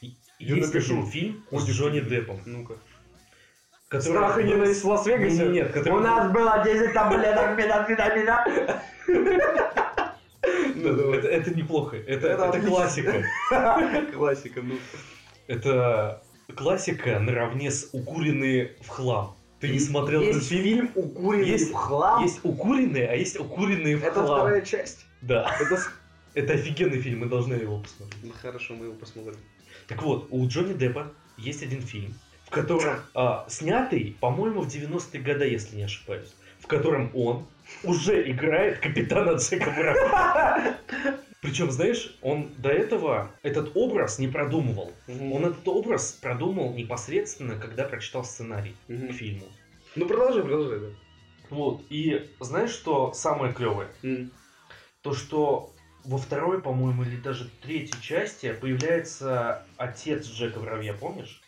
Speaker 1: я
Speaker 2: есть
Speaker 1: напишу.
Speaker 2: один фильм с
Speaker 1: Ходит
Speaker 2: Джонни
Speaker 1: фильм.
Speaker 2: Деппом.
Speaker 1: Ну-ка.
Speaker 2: который-
Speaker 1: Страх и ненависть в Лас-Вегасе?
Speaker 2: Не, не, нет, который-
Speaker 1: У нас было 10 таблеток, мина, мина, мина. Ну,
Speaker 2: Да, это, это неплохо. Это,
Speaker 1: Это
Speaker 2: это
Speaker 1: отлично.
Speaker 2: классика.
Speaker 1: (laughs) Классика, ну.
Speaker 2: Это классика наравне с укуренные в хлам. Ты не смотрел этот
Speaker 1: Есть
Speaker 2: фильм?
Speaker 1: фильм «Укуренный
Speaker 2: Есть-
Speaker 1: в хлам».
Speaker 2: Есть укуренные, а есть укуренные в
Speaker 1: Это
Speaker 2: хлам.
Speaker 1: вторая часть.
Speaker 2: Да.
Speaker 1: Это... с-
Speaker 2: Это офигенный фильм, мы должны его посмотреть.
Speaker 1: Ну, Хорошо, мы его посмотрим.
Speaker 2: Так вот, у Джонни Деппа есть один фильм, в котором а, снятый, по-моему, в 90-е годы, если не ошибаюсь, в котором он уже играет капитана Джека Воробья. Причем, знаешь, он до этого этот образ не продумывал. Он этот образ продумал непосредственно, когда прочитал сценарий к
Speaker 1: Мгм.
Speaker 2: фильму.
Speaker 1: Ну продолжи, продолжи. да.
Speaker 2: Вот, и знаешь, что самое клевое?
Speaker 1: М.
Speaker 2: То, что во второй, по-моему, или даже третьей части появляется отец Джека Воробья, помнишь?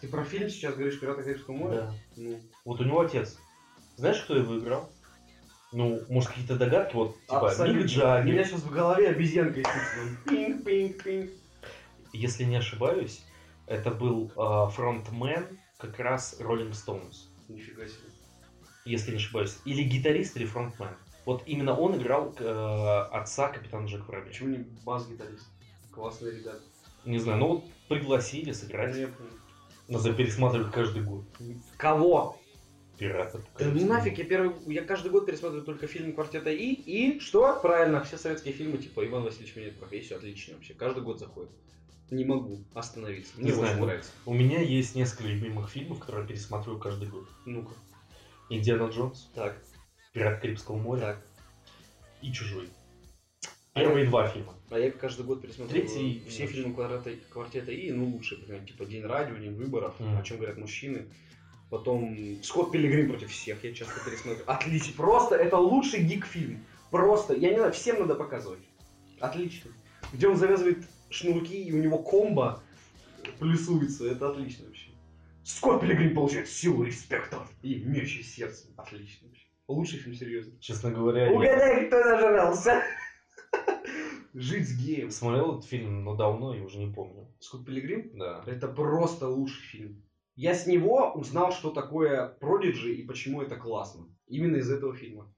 Speaker 1: Ты про фильм сейчас говоришь «Пираты Карибского моря»? Ну,
Speaker 2: Вот у него отец. Знаешь, кто его играл? Ну, может, какие-то догадки, вот, типа,
Speaker 1: Абсолютно.
Speaker 2: Мик
Speaker 1: У
Speaker 2: Джаггер.
Speaker 1: меня сейчас в голове обезьянка сидит. Пинг-пинг-пинг.
Speaker 2: Если не ошибаюсь, это был а, фронтмен как раз Rolling Stones,
Speaker 1: Нифига себе.
Speaker 2: если не ошибаюсь. Или гитарист, или фронтмен. Вот именно он играл э, отца капитана Джека Воробья.
Speaker 1: Почему не бас-гитарист? Классные ребята.
Speaker 2: Не знаю, ну вот пригласили сыграть.
Speaker 1: Понятно.
Speaker 2: Надо пересматривать каждый год.
Speaker 1: Кого?
Speaker 2: пираты.
Speaker 7: Да ну нафиг, я первый, я каждый год пересматриваю только фильм «Квартета И». И что? Правильно, все советские фильмы, типа «Иван Васильевич меняет профессию», отлично вообще, каждый год заходит. Не могу остановиться, мне
Speaker 2: Не
Speaker 7: очень
Speaker 2: знаю, ну-
Speaker 7: нравится.
Speaker 2: У меня есть несколько любимых фильмов, которые я пересматриваю каждый год.
Speaker 7: Ну-ка,
Speaker 2: Индиана Джонс,
Speaker 7: так,
Speaker 2: Пират Карибского моря
Speaker 7: так.
Speaker 2: и Чужой. Первые два фильма.
Speaker 7: А я каждый год пересматриваю
Speaker 2: Третий и
Speaker 7: все
Speaker 2: ночь.
Speaker 7: фильмы «Квартета, «Квартета И», ну лучше, например, типа «День радио», «День выборов»,
Speaker 2: Мгм.
Speaker 7: о чем говорят мужчины. Потом «Скотт Пилигрим против всех» я часто пересматриваю. Отлично, просто это лучший гик-фильм. Просто, я не знаю, всем надо показывать. Отлично. Где он завязывает шнурки и у него комбо плюсуется, это отлично вообще. Скотт Пилигрим получает силу респектов и меч из сердца. Отлично вообще. Лучший фильм, серьезно.
Speaker 2: Честно говоря, я
Speaker 7: Угадай, кто нажрался. Жить с геем.
Speaker 2: смотрел этот фильм, но давно и уже не помню.
Speaker 7: Скотт Пилигрим
Speaker 2: Да.
Speaker 7: это просто лучший фильм. Я с него узнал, что такое Продиджи и почему это классно. Именно из этого фильма.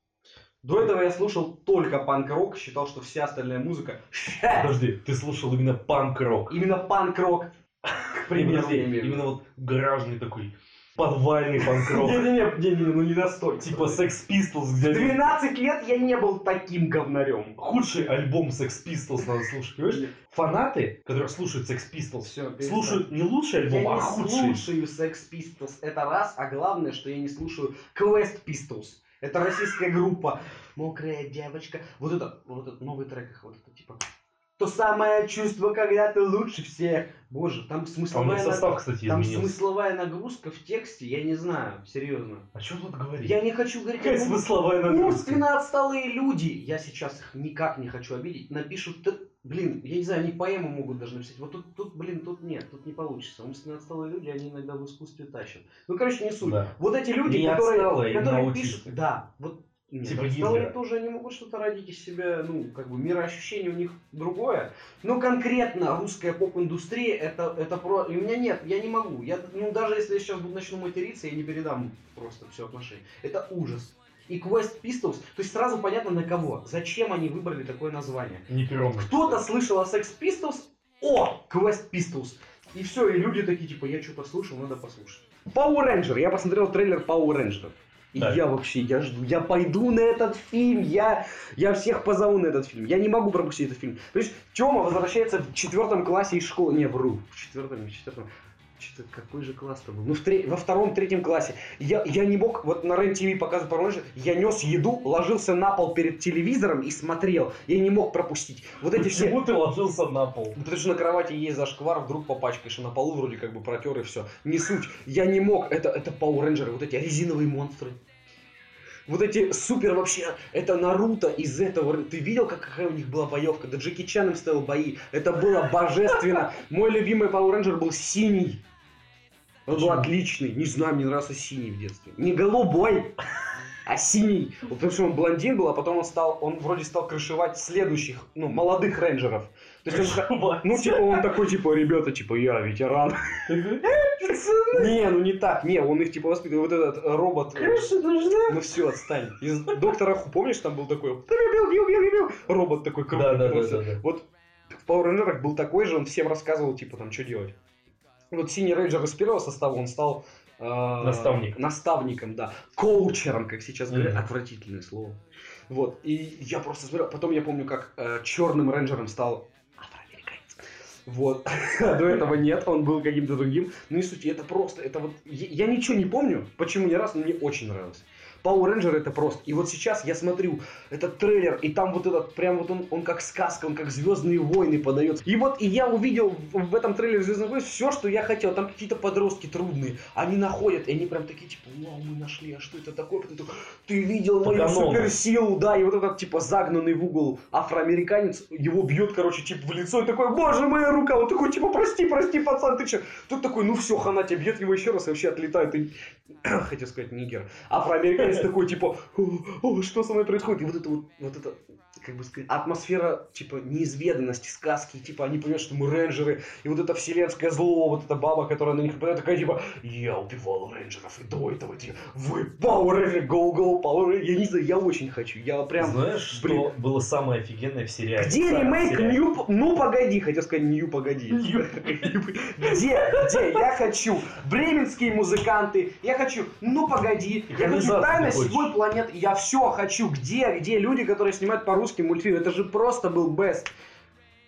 Speaker 7: До этого я слушал только панк-рок, считал, что вся остальная музыка...
Speaker 2: Подожди, ты слушал именно панк-рок.
Speaker 7: Именно панк-рок, к примеру.
Speaker 2: Подожди, именно вот гаражный такой, подвальный
Speaker 7: (laughs)
Speaker 2: панк-рок.
Speaker 7: Не-не-не, не, ну не настолько.
Speaker 2: Типа Sex Pistols,
Speaker 7: В
Speaker 2: где
Speaker 7: 12 лет я не был таким говнарем.
Speaker 2: худший альбом Sex Pistols надо слушать, понимаешь? Фанаты, которые слушают Sex Pistols,
Speaker 7: Все,
Speaker 2: слушают не лучший
Speaker 7: Я
Speaker 2: альбом, а
Speaker 7: не
Speaker 2: худший.
Speaker 7: слушаю Sex Pistols, это раз, а главное, что я не слушаю Quest Pistols. Это российская группа. Мокрая девочка. Вот это, вот этот новый трек их, вот это типа... То самое чувство, когда ты лучше всех. Боже,
Speaker 2: А
Speaker 7: там
Speaker 2: у них
Speaker 7: смысловая, наг-
Speaker 2: состав, кстати,
Speaker 7: там
Speaker 2: изменился.
Speaker 7: смысловая нагрузка в тексте, я не знаю, серьезно.
Speaker 2: А что тут говорить?
Speaker 7: Я не хочу говорить
Speaker 2: Какая
Speaker 7: о
Speaker 2: смысловая нагрузка?
Speaker 7: умственно отсталые люди. Я сейчас их никак не хочу обидеть. Напишут, «Да, блин, я не знаю, они поэму могут даже написать. Вот тут, тут, блин, тут нет, тут не получится. Умственно отсталые люди, они иногда в искусстве тащат. Ну, короче, не суть.
Speaker 2: Да.
Speaker 7: Вот эти люди,
Speaker 2: Не
Speaker 7: которые,
Speaker 2: отсталые,
Speaker 7: которые
Speaker 2: именно
Speaker 7: пишут,
Speaker 2: аутисты.
Speaker 7: да, вот нет,
Speaker 2: Типа
Speaker 7: отсталые
Speaker 2: Гитлера.
Speaker 7: тоже они могут что-то родить из себя, ну, как бы мироощущение у них другое. Но конкретно русская поп-индустрия, это, это про... И у меня нет, я не могу. Я, ну, даже если я сейчас буду начну материться, я не передам просто все отношение. Это ужас. И Quest Pistols, то есть сразу понятно на кого, зачем они выбрали такое название.
Speaker 2: Не пером.
Speaker 7: Кто-то слышал о Sex Pistols, о, Quest Pistols. И все, и люди такие, типа, я что-то слушал, надо послушать. Power Ranger, я посмотрел трейлер Power Ranger. И
Speaker 2: Да.
Speaker 7: я вообще, я жду, я пойду на этот фильм, я, я всех позову на этот фильм, я не могу пропустить этот фильм. Понимаешь, Тёма возвращается в четвертом классе из школы, не, вру, в четвертом, не в четвертом, Чё-то какой же класс-то был? Ну, в тре- во втором, третьем классе. Я, я не мог, вот на РЕН-ТВ показывают Power Rangers, я нес еду, ложился на пол перед телевизором и смотрел. Я не мог пропустить. Вот эти все...
Speaker 2: Почему ты ложился на пол?
Speaker 7: Ну, Потому что на кровати есть зашквар, вдруг попачкаешь, и на полу вроде как бы протер и все. Не суть. Я не мог. Это, это Power Ranger, вот эти резиновые монстры. Вот эти супер вообще, это Наруто из этого. Ты видел, как, какая у них была боевка? Да Джеки Чаном стоял бои. Это было божественно. Мой любимый Power Ranger был синий. Он был
Speaker 2: Почему?
Speaker 7: отличный. Не знаю, мне нравился синий в детстве. Не голубой, (laughs) а синий. Вот Потому что он блондин был, а потом он стал, он вроде стал крышевать следующих, ну, молодых рейнджеров. То есть он ха- ну, типа, он такой, типа, ребята, типа, я ветеран. Не, ну не так, не, он их, типа, воспитывал. Вот этот робот... э, Ну все, отстань. Из доктора Ху, помнишь, там был такой... «Бил-бил-бил-бил-бил-бил». Робот такой
Speaker 2: Да,
Speaker 7: крутой.
Speaker 2: да, да,
Speaker 7: просто.
Speaker 2: да, да.
Speaker 7: Вот в Power Rangers был такой же, он всем рассказывал, типа, там, что делать. Вот Синий Рейнджер из первого состава, он стал... э,
Speaker 2: Наставник.
Speaker 7: Наставником, да. Коучером, как сейчас говорят.
Speaker 2: Мгм.
Speaker 7: Отвратительное слово. Вот, и я просто смотрел. Потом я помню, как черным рейнджером стал афроамериканец. Вот. (laughs) До этого нет, он был каким-то другим. Ну и суть, это просто, это вот... Я я ничего не помню, почему не раз, но мне очень нравилось. Power Ranger это просто. И вот сейчас я смотрю этот трейлер, и там вот этот, прям вот он, он как сказка, он как Звездные войны подается. И вот и я увидел в, в этом трейлере Звездных войн все, что я хотел. Там какие-то подростки трудные, они находят, и они прям такие, типа, вау, мы нашли, а что это такое? Потом такой, ты видел мою
Speaker 2: Погононы.
Speaker 7: суперсилу, да, и вот этот, типа, загнанный в угол афроамериканец, его бьет, короче, типа, в лицо, и такой, боже, моя рука, он такой, типа, прости, прости, пацан, ты че? Тут такой, ну все, хана тебя бьет его еще раз, и вообще отлетает, и хотел А сказать нигер, афроамериканец такой, типа, «О, о, что со мной происходит? И вот это вот, вот это, как бы сказать, атмосфера, типа, неизведанности, сказки, типа, они понимают, что мы рейнджеры, и вот это вселенское зло, вот эта баба, которая на них поет, такая, типа, я убивал рейнджеров, и до этого, типа, вы Power Ranger, go, go, Power Ranger». я не знаю, я очень хочу, я прям...
Speaker 2: Знаешь,
Speaker 7: блин.
Speaker 2: что было самое офигенное в сериале?
Speaker 7: Где
Speaker 2: Старом
Speaker 7: ремейк
Speaker 2: сериале.
Speaker 7: Нью... Ну, погоди, хотел сказать Нью, погоди. Типа, Где? Где? Я хочу бременские музыканты, я хочу, ну погоди, я хочу
Speaker 2: Экранизацию
Speaker 7: тайна
Speaker 2: ты хочешь?
Speaker 7: седьмой планеты, я все хочу. Где? Где люди, которые снимают по-русски мультфильм? Это же просто был бест.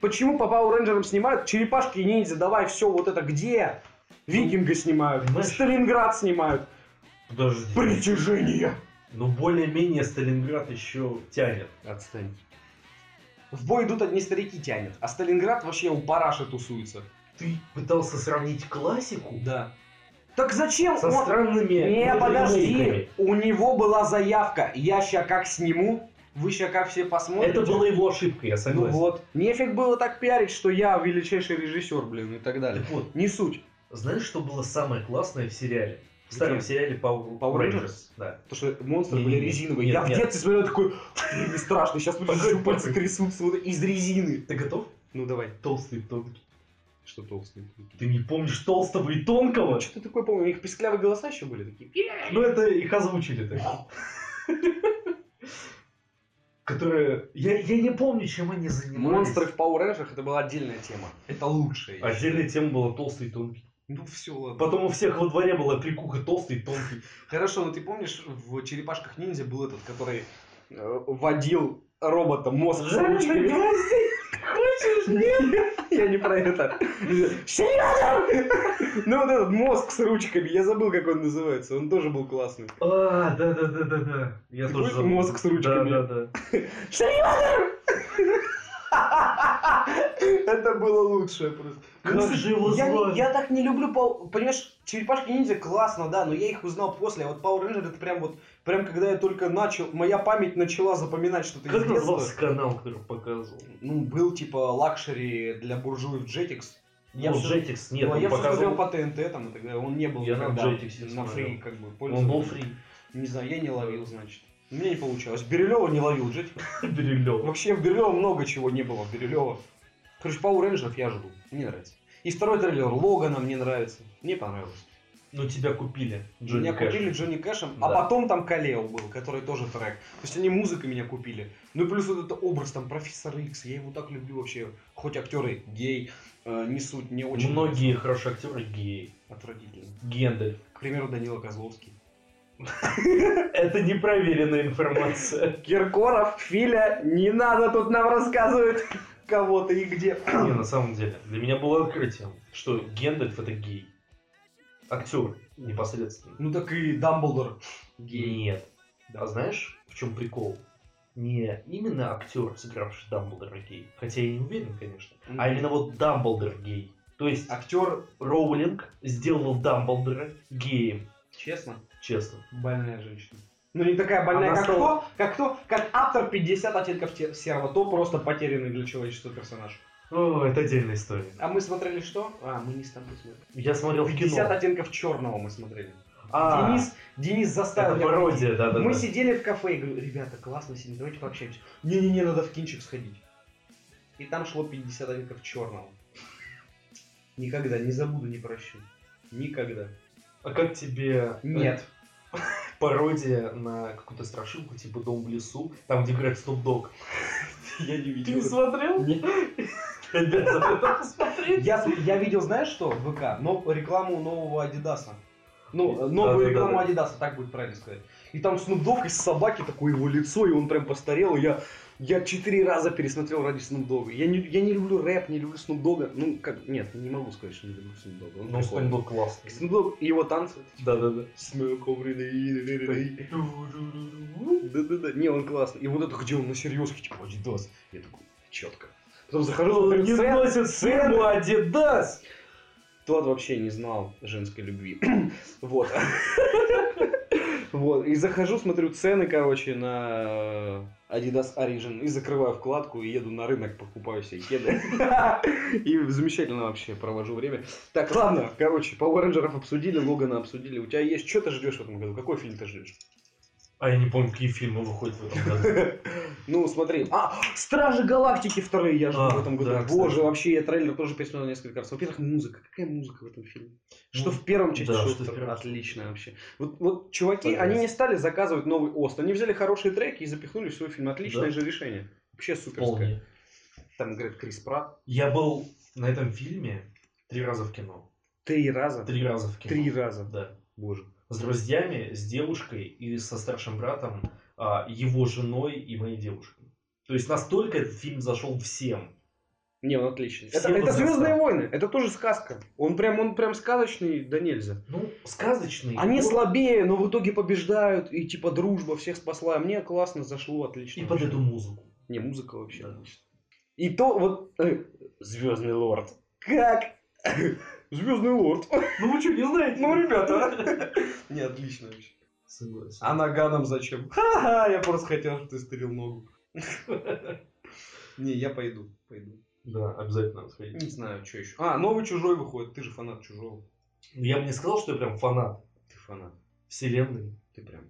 Speaker 7: Почему по Power Рейнджерам снимают? Черепашки и ниндзя, давай, все, вот это где? Викинга снимают,
Speaker 2: Понимаешь?
Speaker 7: Сталинград снимают,
Speaker 2: Подожди.
Speaker 7: притяжение.
Speaker 2: Ну, более-менее Сталинград еще тянет.
Speaker 7: Отстань. В бой идут одни старики тянет, а Сталинград вообще у параши тусуется.
Speaker 2: Ты пытался сравнить классику
Speaker 7: Да. Так зачем
Speaker 2: со
Speaker 7: он...
Speaker 2: странными...
Speaker 7: Не,
Speaker 2: мультремейками?
Speaker 7: подожди, у него была заявка, я ща как сниму, вы ща как все посмотрите.
Speaker 2: Это была его ошибка, я
Speaker 7: Ну
Speaker 2: согласен.
Speaker 7: вот, нефиг было так пиарить, что я величайший режиссер, блин, и так далее.
Speaker 2: Так вот,
Speaker 7: Не суть,
Speaker 2: знаешь, что было самое классное в сериале? В старом
Speaker 7: Где?
Speaker 2: сериале Power,
Speaker 7: Power Rangers?
Speaker 2: Да.
Speaker 7: потому что монстры
Speaker 2: Не,
Speaker 7: были
Speaker 2: не, не.
Speaker 7: резиновые.
Speaker 2: Нет,
Speaker 7: я в
Speaker 2: нет.
Speaker 7: детстве смотрел такой, «Блин, не страшно, сейчас
Speaker 2: Погоди,
Speaker 7: пальцы
Speaker 2: погоди.
Speaker 7: трясутся вот из резины.
Speaker 2: Ты готов?
Speaker 7: Ну давай,
Speaker 2: Толстый и тонкий.
Speaker 7: что толстый.
Speaker 2: Ты не помнишь толстого и тонкого?
Speaker 7: А Что ты такое помню? У них писклявые голоса еще были такие.
Speaker 2: Ну, это их озвучили так. Которые... Я, я не помню, чем они занимались. А
Speaker 7: Монстры в Power Rangers это была отдельная тема. Это лучшее.
Speaker 2: Отдельная тема была толстый и тонкий.
Speaker 7: Ну все, ладно.
Speaker 2: Потом у всех во дворе была кликуха толстый и тонкий.
Speaker 7: Хорошо, но ты помнишь, в «Черепашках ниндзя» был этот, который э, водил робота мозг с ручками? Хочешь? Нет, я не про это. Серьезно? Ну вот этот мозг с ручками, я забыл, как он называется, он тоже был классный.
Speaker 2: А, да-да-да-да-да. Я
Speaker 7: Ты
Speaker 2: тоже
Speaker 7: помнишь
Speaker 2: забыл.
Speaker 7: мозг с ручками?
Speaker 2: Да-да-да.
Speaker 7: Это было лучшее просто.
Speaker 2: Как
Speaker 7: Ну, слушай,
Speaker 2: же его
Speaker 7: я,
Speaker 2: звали?
Speaker 7: не- я так не люблю, пау- понимаешь, Черепашки ниндзя классно, да, но я их узнал после, а вот Power Ranger это прям вот, прям когда я только начал, моя память начала запоминать что-то из
Speaker 2: Как
Speaker 7: детства.
Speaker 2: назывался канал, который показывал?
Speaker 7: Ну, был типа лакшери для буржуев Jetix.
Speaker 2: Я
Speaker 7: Я
Speaker 2: ну,
Speaker 7: всё-
Speaker 2: Jetix, нет,
Speaker 7: Ну, а
Speaker 2: он
Speaker 7: я всё
Speaker 2: показывал.
Speaker 7: смотрел по ТНТ там и так далее. Он не был
Speaker 2: Я на
Speaker 7: никогда
Speaker 2: Jetix не
Speaker 7: на фри,
Speaker 2: смотрел.
Speaker 7: как бы,
Speaker 2: Он
Speaker 7: пользовался.
Speaker 2: был фри.
Speaker 7: Не знаю, я не ловил, значит. У меня не получалось. Бирюлева не ловил Jetix.
Speaker 2: (laughs) Бирюлёв.
Speaker 7: Вообще в Бирюлева много чего не было. Бирюлева. Короче, Power Rangers я жду. Мне нравится. И второй трейлер Логана мне нравится. Мне понравилось.
Speaker 2: Ну тебя купили.
Speaker 7: меня
Speaker 2: Кэш.
Speaker 7: купили Джонни Кэшем, а
Speaker 2: Да.
Speaker 7: потом там Калео был, который тоже трек. То есть они музыкой меня купили. Ну и плюс вот этот образ там профессор Икс, я его так люблю вообще. Хоть актеры гей, э, не суть, мне очень
Speaker 2: Многие хорошие актеры геи.
Speaker 7: нравится. отвратительно.
Speaker 2: Гендель.
Speaker 7: К примеру, Данила Козловский.
Speaker 2: (laughs) Это непроверенная информация.
Speaker 7: Киркоров, Филя, не надо тут нам рассказывать кого-то и где.
Speaker 2: (coughs) Не, на самом деле. Для меня было открытием, что Гендальф это гей. Актер непосредственно.
Speaker 7: Ну так и Дамблдор. Гей.
Speaker 2: Нет. А знаешь, в чем прикол? Не именно актер, сыгравший Дамблдора гей, хотя я не уверен, конечно,
Speaker 7: Мгм.
Speaker 2: а именно вот Дамблдор гей. То есть
Speaker 7: Актер,
Speaker 2: Роулинг сделал Дамблдора геем,
Speaker 7: честно,
Speaker 2: честно.
Speaker 7: больная женщина. Ну не такая больная,
Speaker 2: Она
Speaker 7: как
Speaker 2: стала-
Speaker 7: кто, как кто, как автор 50 оттенков те- серого, то просто потерянный для человечества персонаж.
Speaker 2: О, это отдельная история.
Speaker 7: А мы смотрели что? А, мы не с тобой смотрели.
Speaker 2: Я смотрел в
Speaker 7: 50
Speaker 2: кино.
Speaker 7: оттенков черного мы смотрели.
Speaker 2: А,
Speaker 7: Денис, Денис заставил.
Speaker 2: это
Speaker 7: меня
Speaker 2: пародия, да, да.
Speaker 7: Мы
Speaker 2: да.
Speaker 7: сидели в кафе и говорю, ребята, классно сидим, давайте пообщаемся. Не-не-не, надо в кинчик сходить. И там шло 50 веков черного. Никогда, не забуду, не прощу. Никогда.
Speaker 2: А как тебе э,
Speaker 7: Нет.
Speaker 2: (laughs) пародия на какую-то страшилку типа Дом в лесу, там где играет Snoop Dogg? (laughs)
Speaker 7: Я не
Speaker 2: Ты не смотрел? (laughs)
Speaker 7: Нет.
Speaker 2: Ребята, надо посмотреть.
Speaker 7: Я, с- я видел, знаешь что, в ВК? Но рекламу нового Адидаса. Ну, э,
Speaker 2: Да, да,
Speaker 7: новую
Speaker 2: да,
Speaker 7: рекламу
Speaker 2: да.
Speaker 7: Адидаса, так будет правильно сказать. И там Snoop Dogg из собаки, такое его лицо, и он прям постарел, и я... Я четыре раза пересмотрел ради Snoop Dogg. Я не, я не люблю рэп, не люблю Snoop Dogg. Ну, как, нет, не могу сказать, что не люблю Snoop Dogg. Он
Speaker 2: Ну,
Speaker 7: прикольный.
Speaker 2: Snoop Dogg классный.
Speaker 7: Snoop Dogg и его танцы.
Speaker 2: Да-да-да.
Speaker 7: Smoke over the hill. Да-да-да. Не, он классный. И вот это, где он на серьезке, типа, Адидас. Я такой, четко. Потом захожу,
Speaker 2: Он
Speaker 7: смотрю,
Speaker 2: не
Speaker 7: «Сэр,
Speaker 2: носит сыну Адидас.
Speaker 7: Тот вообще не знал женской любви. (clears throat) Вот. Вот. И захожу, смотрю цены, короче, на Adidas Origin. И закрываю вкладку, и еду на рынок, покупаю себе кеды. (laughs) И замечательно вообще провожу время. Так, ладно, короче, Power Rangers обсудили, Логана обсудили. У тебя есть... Что ты ждешь в этом году? Какой фильм ты ждешь? (laughs)
Speaker 2: А я не помню, какие фильмы выходят в этом году.
Speaker 7: Ну, смотри. А, Стражи Галактики вторые я жду
Speaker 8: А,
Speaker 7: в этом году.
Speaker 8: да,
Speaker 7: Боже,
Speaker 8: кстати.
Speaker 7: вообще я трейлер тоже пересмотрел несколько раз. Во-первых, музыка. Какая музыка в этом фильме? Что
Speaker 8: Ну,
Speaker 7: в первом части,
Speaker 8: да,
Speaker 7: что,
Speaker 8: что
Speaker 7: во
Speaker 8: в
Speaker 7: втором.
Speaker 8: первом.
Speaker 7: Отлично вообще. Вот, вот чуваки,
Speaker 8: Согласен.
Speaker 7: они не стали заказывать новый ОСТ. Они взяли хорошие треки и запихнули в свой фильм. Отличное
Speaker 8: Да.
Speaker 7: же решение. Вообще суперское.
Speaker 8: Вполне.
Speaker 7: Там играет Крис Пратт.
Speaker 8: Я был на этом фильме три раза в кино.
Speaker 7: Три раза.
Speaker 8: Три раза в кино.
Speaker 7: Три раза.
Speaker 8: Да.
Speaker 7: Боже.
Speaker 8: С друзьями, с девушкой и со старшим братом, а, его женой и моей девушкой. То есть настолько этот фильм зашел всем.
Speaker 7: Не, он отличный.
Speaker 8: Все
Speaker 7: Это,
Speaker 8: вот
Speaker 7: это
Speaker 8: за
Speaker 7: Звездные
Speaker 8: страх.
Speaker 7: войны. Это тоже сказка. Он прям, он прям сказочный, да нельзя.
Speaker 8: Ну, сказочный.
Speaker 7: Они
Speaker 8: вот,
Speaker 7: слабее, но в итоге побеждают, и типа дружба всех спасла. А Мне классно зашло, отлично.
Speaker 8: И под
Speaker 7: вообще.
Speaker 8: эту музыку.
Speaker 7: Не, музыка вообще.
Speaker 8: Да.
Speaker 7: отлично. И то вот... Звездный лорд. Как? Звездный лорд.
Speaker 8: Ну вы что, не знаете?
Speaker 7: Ну, ребята, а? Не, отлично вообще.
Speaker 8: Согласен.
Speaker 7: А нога нам зачем? Ха-ха, я просто хотел, чтобы ты стырил ногу. Не, я пойду, пойду.
Speaker 8: Да, обязательно надо сходить.
Speaker 7: Не знаю, что еще. А, новый Чужой выходит, ты же фанат Чужого.
Speaker 8: Ну, Я бы не сказал, что я прям фанат
Speaker 7: Ты фанат,
Speaker 8: вселенной.
Speaker 7: ты прям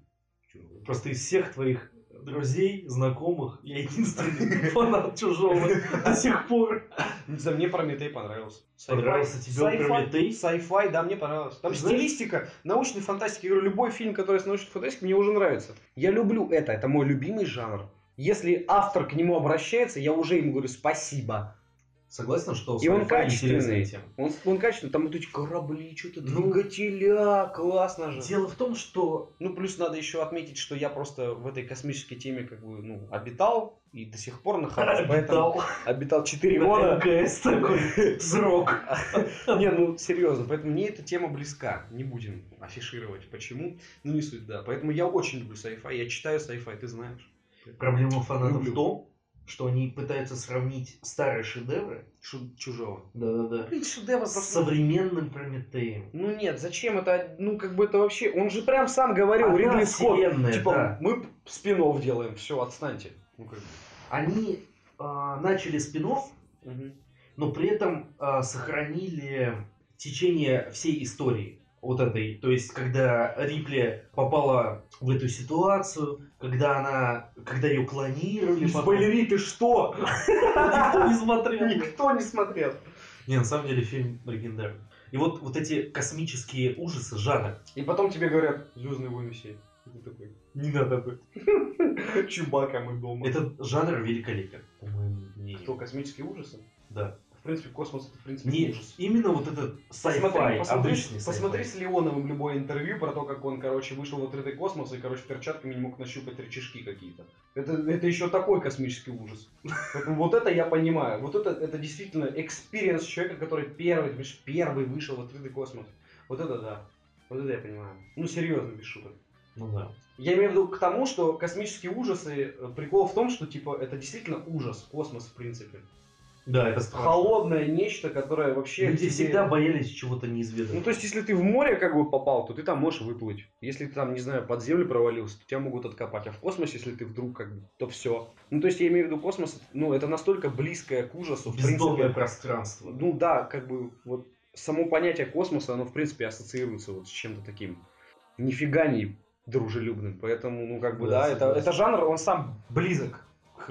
Speaker 7: Чужого.
Speaker 8: Просто из всех твоих друзей, знакомых, я единственный (laughs) фанат чужого до сих пор.
Speaker 7: Не знаю, мне Прометей понравился.
Speaker 8: Понравился тебе Прометей?
Speaker 7: Сайфай, да, мне понравился. Там
Speaker 8: Ты знаешь-
Speaker 7: стилистика научной фантастики. Я говорю, любой фильм, который с научной фантастикой, мне уже нравится. Я люблю это, это мой любимый жанр. Если автор к нему обращается, я уже ему говорю спасибо.
Speaker 8: Согласен, что
Speaker 7: И он
Speaker 8: Sci-Fi интересная
Speaker 7: качественный.
Speaker 8: тема?
Speaker 7: Он, он качественный, там вот эти корабли, что-то
Speaker 8: Ну.
Speaker 7: двигателя, классно же.
Speaker 8: Дело в том, что
Speaker 7: Ну, плюс надо еще отметить, что я просто в этой космической теме как бы, ну, обитал и до сих пор нахожусь. Поэтому
Speaker 8: (laughs) Дал
Speaker 7: обитал 4
Speaker 8: на
Speaker 7: года.
Speaker 8: МКС (laughs) такой взрок.
Speaker 7: (laughs) Не, ну серьезно, поэтому мне эта тема близка. Не будем афишировать, почему. Ну не суть, да. Поэтому я очень люблю sci-fi. Я читаю sci-fi, ты знаешь.
Speaker 8: Проблема фанатов
Speaker 7: Люблю.
Speaker 8: в том, что они пытаются сравнить старые шедевры
Speaker 7: Шу- чужого.
Speaker 8: да-да-да,
Speaker 7: Блин, шедевр
Speaker 8: с современным Прометеем.
Speaker 7: Ну нет, зачем это? Ну как бы это вообще... Он же прям сам говорил,
Speaker 8: Одна
Speaker 7: Ридли Скотт.
Speaker 8: вселенная,
Speaker 7: Типа,
Speaker 8: да.
Speaker 7: мы спинов делаем, все, отстаньте. Ну как
Speaker 8: Они а, начали спин
Speaker 7: бы. Мгм.
Speaker 8: но при этом а, сохранили течение всей истории вот этой. То есть, когда Рипли попала в эту ситуацию, когда она, когда ее клонировали,
Speaker 7: Не
Speaker 8: потом-
Speaker 7: спойлери, ты что?
Speaker 8: никто не смотрел.
Speaker 7: Никто не смотрел.
Speaker 8: Не, на самом деле фильм легендарный. И вот вот эти космические ужасы жанра.
Speaker 7: И потом тебе говорят, Звездные войны все. И ты такой, не надо бы. (laughs) Чубака мы дома.
Speaker 8: Этот жанр великолепен, по моему мнению.
Speaker 7: Что, космические ужасы?
Speaker 8: Да.
Speaker 7: В принципе, космос это, в принципе,
Speaker 8: Не,
Speaker 7: ужас.
Speaker 8: именно вот этот
Speaker 7: Посмотри,
Speaker 8: sci-fi,
Speaker 7: посмотри,
Speaker 8: обычный sci-fi.
Speaker 7: посмотри с Леоновым любое интервью про то, как он, короче, вышел в открытый космос и, короче, перчатками не мог нащупать рычажки какие-то. Это, это еще такой космический ужас. Поэтому вот это я понимаю. Вот это, это действительно экспириенс человека, который первый, ты понимаешь, первый вышел в открытый космос. Вот это да. Вот это я понимаю. Ну, серьезно, без шуток.
Speaker 8: Ну да.
Speaker 7: Я имею в виду к тому, что космические ужасы, э, прикол в том, что, типа, это действительно ужас, космос, в принципе.
Speaker 8: Да, это страшно.
Speaker 7: холодное нечто, которое вообще...
Speaker 8: Люди
Speaker 7: тебе-
Speaker 8: всегда боялись чего-то неизведанного.
Speaker 7: Ну, то есть, если ты в море как бы попал, то ты там можешь выплыть. Если ты там, не знаю, под землю провалился, то тебя могут откопать. А в космосе, если ты вдруг как бы, то все. Ну, то есть, я имею в виду космос, ну, это настолько близкое к ужасу, в
Speaker 8: Бездомное
Speaker 7: принципе.
Speaker 8: пространство.
Speaker 7: Ну, да, как бы, вот, само понятие космоса, оно, в принципе, ассоциируется вот с чем-то таким нифига не дружелюбным. Поэтому, ну, как бы,
Speaker 8: Да,
Speaker 7: да, это,
Speaker 8: согласен.
Speaker 7: это жанр, он сам близок к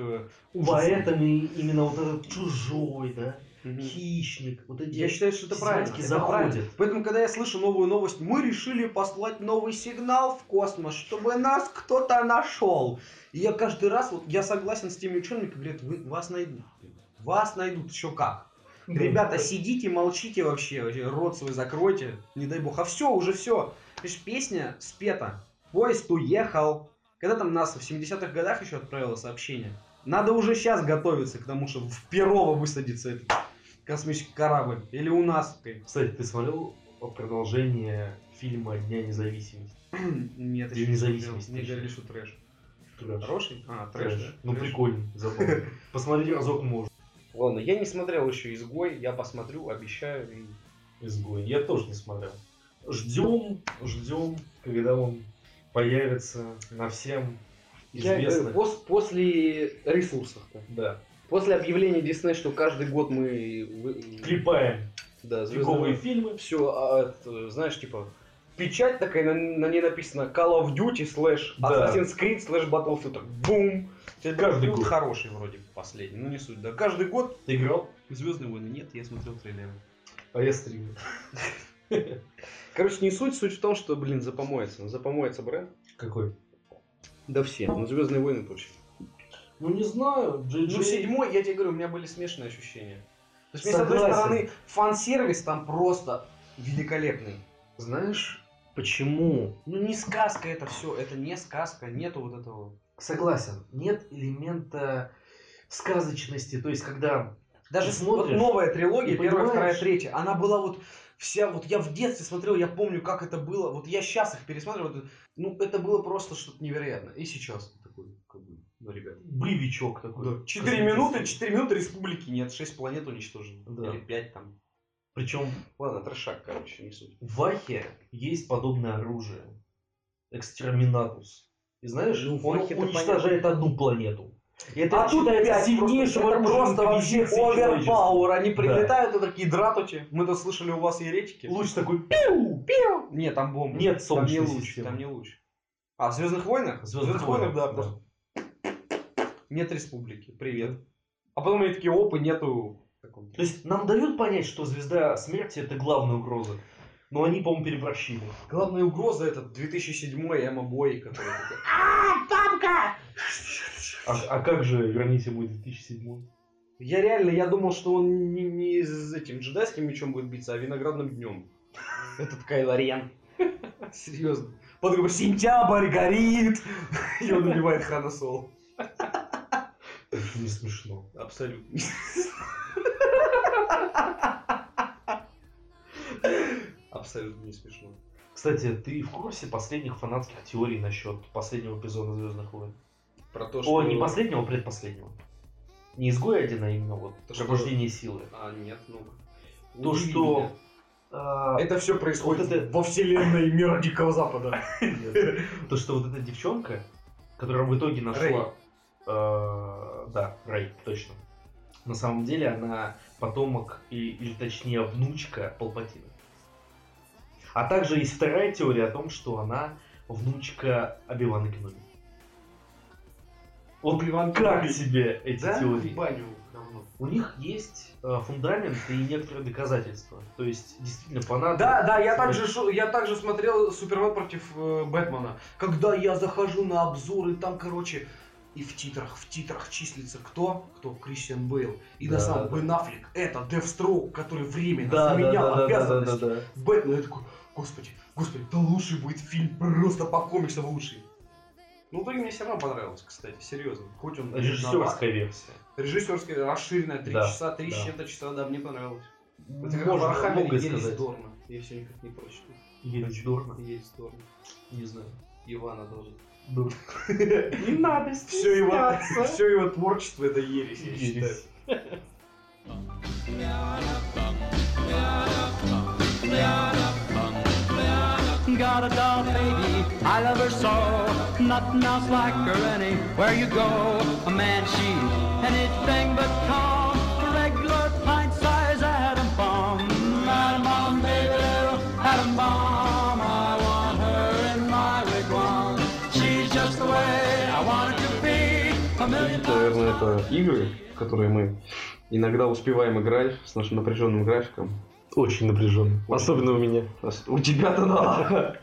Speaker 7: ужасу.
Speaker 8: Поэтому и- именно вот этот чужой, да,
Speaker 7: Мгм.
Speaker 8: хищник, вот эти
Speaker 7: Я считаю, что это правильно.
Speaker 8: зятьки
Speaker 7: это
Speaker 8: заходят.
Speaker 7: правильно. Поэтому, когда я слышу новую новость, мы решили послать новый сигнал в космос, чтобы нас кто-то нашел. И я каждый раз, вот я согласен с теми учеными, которые говорят, «Вы- вас найдут. Вас найдут, еще как. Ребята, сидите, молчите вообще, вообще, рот свой закройте, не дай бог. А все, уже все. Видишь, песня спета. Поезд уехал. Когда там НАСА в 70-х годах еще отправило сообщение? Надо уже сейчас готовиться к тому, что в Перово высадится этот космический корабль. Или у нас. ты.
Speaker 8: Кстати, ты смотрел продолжение фильма «Дня независимости»?
Speaker 7: Нет,
Speaker 8: День
Speaker 7: еще не смотрел.
Speaker 8: независимости
Speaker 7: Мне
Speaker 8: еще.
Speaker 7: говорили, что трэш.
Speaker 8: Трэш.
Speaker 7: Хороший? А,
Speaker 8: Трэш.
Speaker 7: трэш, да?
Speaker 8: Ну,
Speaker 7: Трэш.
Speaker 8: прикольно, запомни.
Speaker 7: (laughs)
Speaker 8: Посмотри разок можно.
Speaker 7: Ладно, я не смотрел еще «Изгой», я посмотрю, обещаю. и-
Speaker 8: Изгой. Я тоже не смотрел. Ждем, ждем, когда он появится на всем
Speaker 7: Я, э,
Speaker 8: известных.
Speaker 7: пос- после ресурсов-то.
Speaker 8: Да.
Speaker 7: После объявления Дисней, что каждый год мы вы-
Speaker 8: Клепаем
Speaker 7: да, э,
Speaker 8: фиговые фильмы.
Speaker 7: все, а, знаешь, типа печать такая, на, на ней написано Call of Duty slash
Speaker 2: Да.
Speaker 7: Assassin's Creed slash Battlefield. Так, Бум!
Speaker 2: Каждый
Speaker 7: Каждый год
Speaker 2: год.
Speaker 7: хороший вроде последний, ну не суть, да. Каждый год ты играл. Звездные войны нет, я смотрел трейлеры.
Speaker 2: А я
Speaker 7: (laughs)
Speaker 2: стримил.
Speaker 7: Короче, не суть, суть в том, что, блин, запомоется. Запомоется бренд.
Speaker 2: Какой?
Speaker 7: Да все, ну Звездные войны точно.
Speaker 2: Ну не знаю. Джей
Speaker 7: Ну, седьмой, я тебе говорю, у меня были смешанные ощущения. То есть, мне, с одной
Speaker 2: Согласен.
Speaker 7: стороны, фан-сервис там просто великолепный.
Speaker 2: Знаешь, почему?
Speaker 7: Ну, не сказка это все, это не сказка, нету вот этого.
Speaker 2: Согласен, нет элемента сказочности. То есть, когда
Speaker 7: Даже
Speaker 2: Ты
Speaker 7: с-
Speaker 2: смотришь
Speaker 7: вот новая трилогия,
Speaker 2: и
Speaker 7: первая, вторая,
Speaker 2: понимаешь-
Speaker 7: третья, она была вот вся, вот я в детстве смотрел, я помню, как это было, вот я сейчас их пересматриваю, вот, ну, это было просто что-то невероятное. И сейчас ты такой, как бы, ну, ребят.
Speaker 2: боевичок такой.
Speaker 7: Четыре минуты, четыре минуты республики нет, шесть планет уничтожены.
Speaker 2: Да.
Speaker 7: Или пять там.
Speaker 2: Причем
Speaker 7: Ладно, трешак, короче, не суть.
Speaker 2: в Вахе есть подобное оружие. Экстерминатус. И знаешь,
Speaker 7: Ну, в
Speaker 2: он
Speaker 7: Вахе-то
Speaker 2: уничтожает одну планету. И
Speaker 7: Это а тут опять сильнейшего просто, вообще оверпауэр. Они прилетают и такие дратути. Мы тут слышали, у вас еретики.
Speaker 2: Луч такой пиу, пиу.
Speaker 7: Нет, там бомба.
Speaker 2: Нет
Speaker 7: там не
Speaker 2: солнечной
Speaker 7: луч,
Speaker 2: системы.
Speaker 7: там не луч. А, в Звездных войнах? В Звездных войнах, да, просто. Нет республики. Привет. А потом они такие опы, нету.
Speaker 2: То есть нам дают понять, что звезда смерти это главная угроза. Но они, по-моему, переборщили.
Speaker 7: Главная угроза это 2007 Эмма Бой, который такой,
Speaker 2: А, а как же верните мой 2007?
Speaker 7: Я реально, я думал, что он не, не с этим джедайским мечом будет биться, а виноградным днем. Этот Кайлорен. Серьезно. Подруга, сентябрь горит! И он убивает Хана Соло.
Speaker 2: Это не смешно.
Speaker 7: Абсолютно. Абсолютно не смешно.
Speaker 2: Кстати, ты в курсе последних фанатских теорий насчет последнего эпизода Звездных войн?
Speaker 7: Про то, что...
Speaker 2: О, не последнего, а предпоследнего. Не изгой один, а именно вот
Speaker 7: То, что-
Speaker 2: пробуждение силы.
Speaker 7: А, нет, ну...
Speaker 2: То,
Speaker 7: Удиви
Speaker 2: что
Speaker 7: меня.
Speaker 2: а,
Speaker 7: Это все происходит
Speaker 2: Вот это-
Speaker 7: во вселенной мира Дикого Запада.
Speaker 2: то, что вот эта девчонка, которая в итоге
Speaker 7: Рэй.
Speaker 2: нашла, э, да, Рэй, точно. На самом деле она потомок и- или точнее внучка Палпатина. А также есть вторая теория о том, что она внучка Обивана Кеноби. Вот
Speaker 7: Оби-Ван
Speaker 2: как
Speaker 7: Кеноби.
Speaker 2: тебе эти
Speaker 7: Да,
Speaker 2: теории?
Speaker 7: в баню говно.
Speaker 2: У них есть э, фундамент и некоторые доказательства. То есть, действительно, понадобится.
Speaker 7: Да, да, я также, шо- я также смотрел Супермен против э, Бэтмена. Когда я захожу на обзоры, там, короче, и в титрах, в титрах числится кто? Кто? Кристиан Бейл. И на
Speaker 2: Да,
Speaker 7: самом
Speaker 2: да.
Speaker 7: Бен Аффлек. Это Девстроук, который временно
Speaker 2: Да, да,
Speaker 7: заменял
Speaker 2: да, да, да, да,
Speaker 7: обязанности
Speaker 2: да.
Speaker 7: Бэтмена. Я такой, господи, господи, да лучший будет фильм, просто по комиксам лучший. Ну, в итоге мне все равно понравилось, кстати, серьезно. Хоть он набрал-
Speaker 2: Режиссерская версия.
Speaker 7: режиссерская расширенная, три
Speaker 2: Да,
Speaker 7: часа, три
Speaker 2: да.
Speaker 7: с чем-то часа, да, мне понравилось. Это
Speaker 2: Можно
Speaker 7: как в Архаме
Speaker 2: многое
Speaker 7: Елис
Speaker 2: сказать.
Speaker 7: Дорна. Я все никак не прочту.
Speaker 2: Елис Дорна?
Speaker 7: Елис Дорна.
Speaker 2: Не знаю.
Speaker 7: Ивана должен.
Speaker 2: Дорна.
Speaker 7: Не надо все его, все его творчество это ересь, я считаю.
Speaker 2: Елис.
Speaker 9: Got a doll baby, I love her so. Nothing else like her anywhere you go. A man, she's anything but calm. A regular pint size atom bomb. Atom bomb, baby, atom bomb. I want her in my wigwam. She's just the way I want her to be. A million
Speaker 7: Наверное, это игры, в которые мы иногда успеваем играть с нашим напряженным графиком.
Speaker 2: Очень напряженный.
Speaker 7: Особенно у меня. У тебя-то да.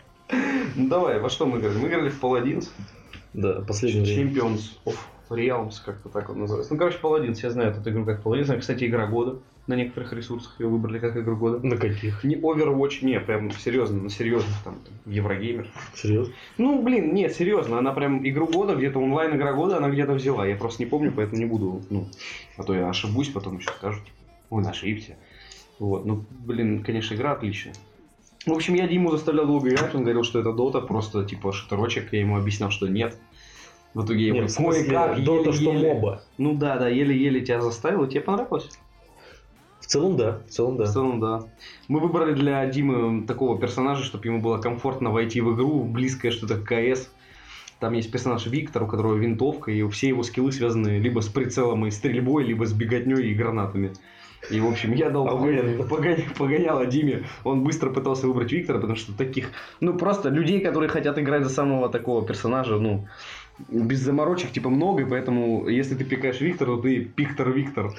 Speaker 7: Ну давай, во что мы играли? Мы играли в Paladins.
Speaker 2: Да,
Speaker 7: Champions of Realms, как-то так он называется. Ну, короче, Paladins, я знаю эту игру как Paladins. Она, кстати, игра года. На некоторых ресурсах ее выбрали как игру года.
Speaker 2: На каких?
Speaker 7: Не Overwatch, не, прям серьезно, на серьезных там, там, Еврогеймер.
Speaker 2: Серьезно?
Speaker 7: Ну, блин, нет, серьезно, она прям игру года, где-то онлайн игра года, она где-то взяла. Я просто не помню, поэтому не буду, ну, а то я ошибусь, потом еще скажут, типа, он ошибся. Вот, ну, блин, конечно, игра отличная. В общем, я Диму заставлял долго играть, он говорил, что это дота, просто, типа, шатерочек, я ему объяснял, что нет. В итоге я его кое-как, еле-еле- Ну да, да, еле-еле тебя заставил, и тебе понравилось?
Speaker 2: В целом, да. В целом,
Speaker 7: В целом, да. Мы выбрали для Димы такого персонажа, чтобы ему было комфортно войти в игру, в близкое что-то к КС. Там есть персонаж Виктор, у которого винтовка, и все его скиллы связаны либо с прицелом и стрельбой, либо с беготней и гранатами. И, в общем, я дал
Speaker 2: А
Speaker 7: погон- (laughs)
Speaker 2: вы-
Speaker 7: погон- погоняло Диме. Он быстро пытался выбрать Виктора, потому что таких, ну, просто людей, которые хотят играть за самого такого персонажа, ну, без заморочек, типа, много, и поэтому, если ты пикаешь Виктора, то ты Пиктор-Виктор.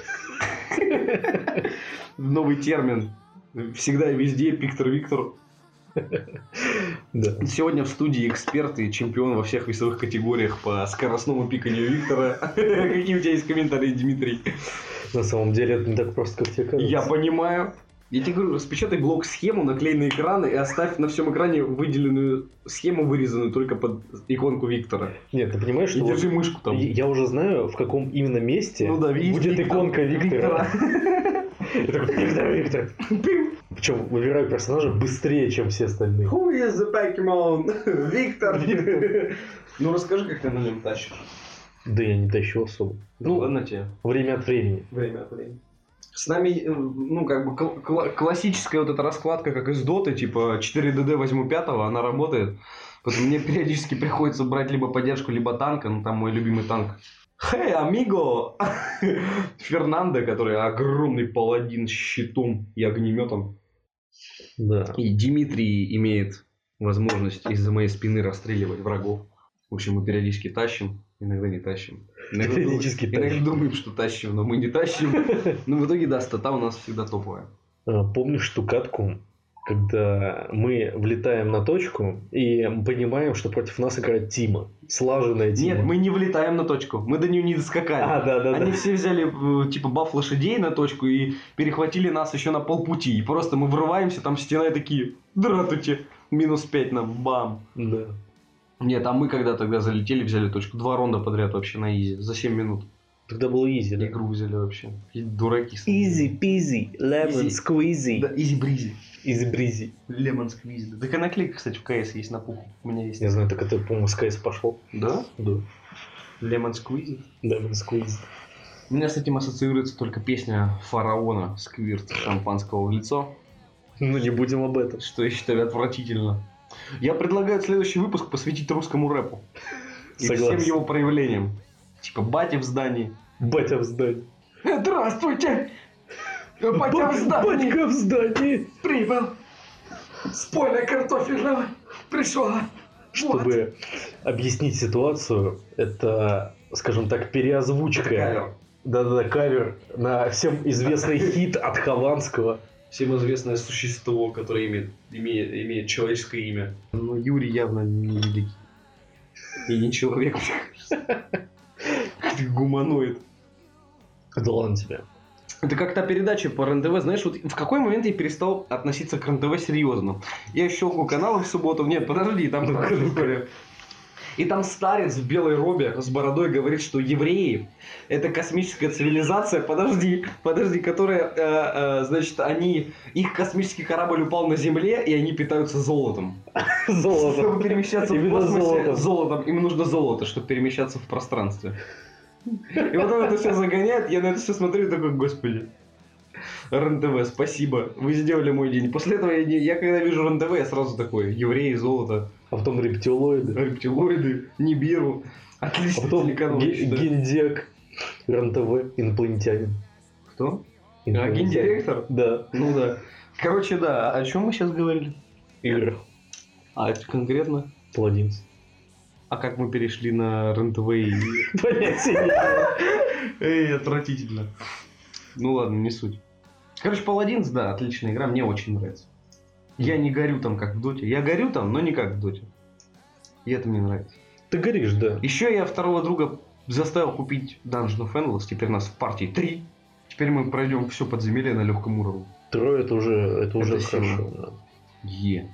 Speaker 7: (laughs) Новый термин. Всегда и везде Пиктор-Виктор.
Speaker 2: Да.
Speaker 7: Сегодня в студии эксперт и чемпион во всех весовых категориях по скоростному пиканию Виктора. (laughs) Какие у тебя есть комментарии, Дмитрий?
Speaker 2: На самом деле это не так просто, как тебе кажется.
Speaker 7: Я понимаю. Я тебе говорю, распечатай блок-схему, наклей на экран и оставь на всем экране выделенную схему, вырезанную только под иконку Виктора.
Speaker 2: Нет, ты понимаешь,
Speaker 7: И
Speaker 2: что... вот
Speaker 7: держи мышку там.
Speaker 2: я- Я уже знаю, в каком именно месте
Speaker 7: Ну да, есть
Speaker 2: будет
Speaker 7: Виктор.
Speaker 2: иконка Виктора. (laughs) Я такой, Виктор, Виктор. Причем выбираю персонажа быстрее, чем все остальные.
Speaker 7: Who is the Pokemon?
Speaker 2: (laughs)
Speaker 7: Виктор. Ну расскажи, как ты на нем тащишь.
Speaker 2: Да я не тащу особо.
Speaker 7: Ну, ладно тебе.
Speaker 2: Время от времени.
Speaker 7: Время от времени. С нами, э, ну, как бы кл- кла- классическая вот эта раскладка, как из Доты, типа 4DD возьму пятого, она работает. Поэтому мне периодически приходится брать либо поддержку, либо танка, ну там мой любимый танк. Хей, амиго! (laughs) Фернандо, который огромный паладин с щитом и огнеметом.
Speaker 2: Да.
Speaker 7: И Дмитрий имеет возможность из-за моей спины расстреливать врагов. В общем, мы периодически тащим, иногда не тащим. Иногда, дум-
Speaker 2: Периодически
Speaker 7: иногда
Speaker 2: тащим.
Speaker 7: думаем, что тащим, но мы не тащим.
Speaker 2: (laughs)
Speaker 7: Ну, в итоге, да, стата у нас всегда топовая.
Speaker 2: Э, Помнишь ту катку, когда мы влетаем на точку и понимаем, что против нас играет Тима. Слаженная Тима.
Speaker 7: Нет, мы не влетаем на точку. Мы до нее не доскакали.
Speaker 2: А, да, да,
Speaker 7: Они
Speaker 2: да.
Speaker 7: все взяли, э, типа, баф лошадей на точку и перехватили нас еще на полпути. И просто мы врываемся, там стена и такие, дратуйте, минус 5 нам, бам.
Speaker 2: Да.
Speaker 7: Нет, а мы когда тогда залетели, взяли точку. Два ронда подряд вообще на изи, за 7 минут.
Speaker 2: Тогда было изи, да?
Speaker 7: Игру взяли вообще. Какие дураки.
Speaker 2: пизи,
Speaker 7: Изи.
Speaker 2: сквизи.
Speaker 7: Да, изи-бризи.
Speaker 2: Изи бризи.
Speaker 7: Лемон сквизи. Да Так и наклейка, кстати, в КС есть на пуху. У меня есть.
Speaker 2: Не знаю, так это, по-моему, с КС пошло.
Speaker 7: Да?
Speaker 2: Да.
Speaker 7: Лемон сквизи.
Speaker 2: Lemon squeeze.
Speaker 7: У меня с этим ассоциируется только песня фараона «Сквирт шампанского в лицо»,
Speaker 2: Ну, не будем об этом.
Speaker 7: что я считаю отвратительно. Я предлагаю следующий выпуск посвятить русскому рэпу и
Speaker 2: Согласен.
Speaker 7: всем его проявлениям. Типа батя в здании.
Speaker 2: Батя в здании.
Speaker 7: «Э, Здравствуйте! Э, Батя
Speaker 2: Ба-
Speaker 7: в здании!
Speaker 2: Батька в здании!
Speaker 7: Прибыл! С поля картофельного пришла!
Speaker 2: Чтобы объяснить ситуацию, это, скажем так, переозвучка. Да-да-да, кавер на всем
Speaker 7: (laughs)
Speaker 2: известный хит от Хованского.
Speaker 7: Всем известное существо, которое имеет, имеет, имеет человеческое имя. Ну, Юрий явно не великий. И не (laughs) человек, мне кажется. Ты гуманоид.
Speaker 2: Да ладно тебе.
Speaker 7: Это как та передача по РНТВ, знаешь, вот в какой момент я перестал относиться к РНТВ серьезно? Я щелкнул каналы в субботу, нет, подожди,
Speaker 2: (laughs)
Speaker 7: там такая история. И там старец в белой робе с бородой говорит, что евреи – это космическая цивилизация, подожди, подожди, которая, э, э, значит, они, их космический корабль упал на Земле, и они питаются
Speaker 2: (laughs)
Speaker 7: золотом. Чтобы
Speaker 2: Золото.
Speaker 7: перемещаться в
Speaker 2: Именно
Speaker 7: космосе
Speaker 2: золотом.
Speaker 7: золотом, им нужно золото, чтобы перемещаться в пространстве. И вот он это все загоняет, я на это все смотрю и такой, господи. РНТВ, спасибо, вы сделали мой день. После этого я, не- я когда вижу РНТВ, я сразу такой, евреи, золото,
Speaker 2: А потом рептилоиды.
Speaker 7: рептилоиды, Нибиру.
Speaker 2: А
Speaker 7: Отлично,
Speaker 2: потом
Speaker 7: телеканал. я
Speaker 2: ге-
Speaker 7: считаю.
Speaker 2: гендек. РНТВ. Инопланетянин.
Speaker 7: Кто? А,
Speaker 2: Инопланетянин.
Speaker 7: гендиректор?
Speaker 2: Да.
Speaker 7: Ну да. Короче, да, о чем мы сейчас говорили?
Speaker 2: Играх.
Speaker 7: А это конкретно?
Speaker 2: Паладинс.
Speaker 7: А как мы перешли на РНТВ и
Speaker 2: (laughs) Понятия не имею.
Speaker 7: Эй, отвратительно. Ну ладно, не суть. Короче, Паладинс, да, отличная игра, мне очень нравится. Я не горю там, как в Доте. Я горю там, но не как в Доте. И это мне нравится.
Speaker 2: Ты горишь, да.
Speaker 7: Еще я второго друга заставил купить Dungeon of Endless. Теперь нас в партии три. Теперь мы пройдем все подземелье на легком уровне.
Speaker 2: Трое это уже, это уже
Speaker 7: сильно.
Speaker 2: хорошо. да.
Speaker 7: Е.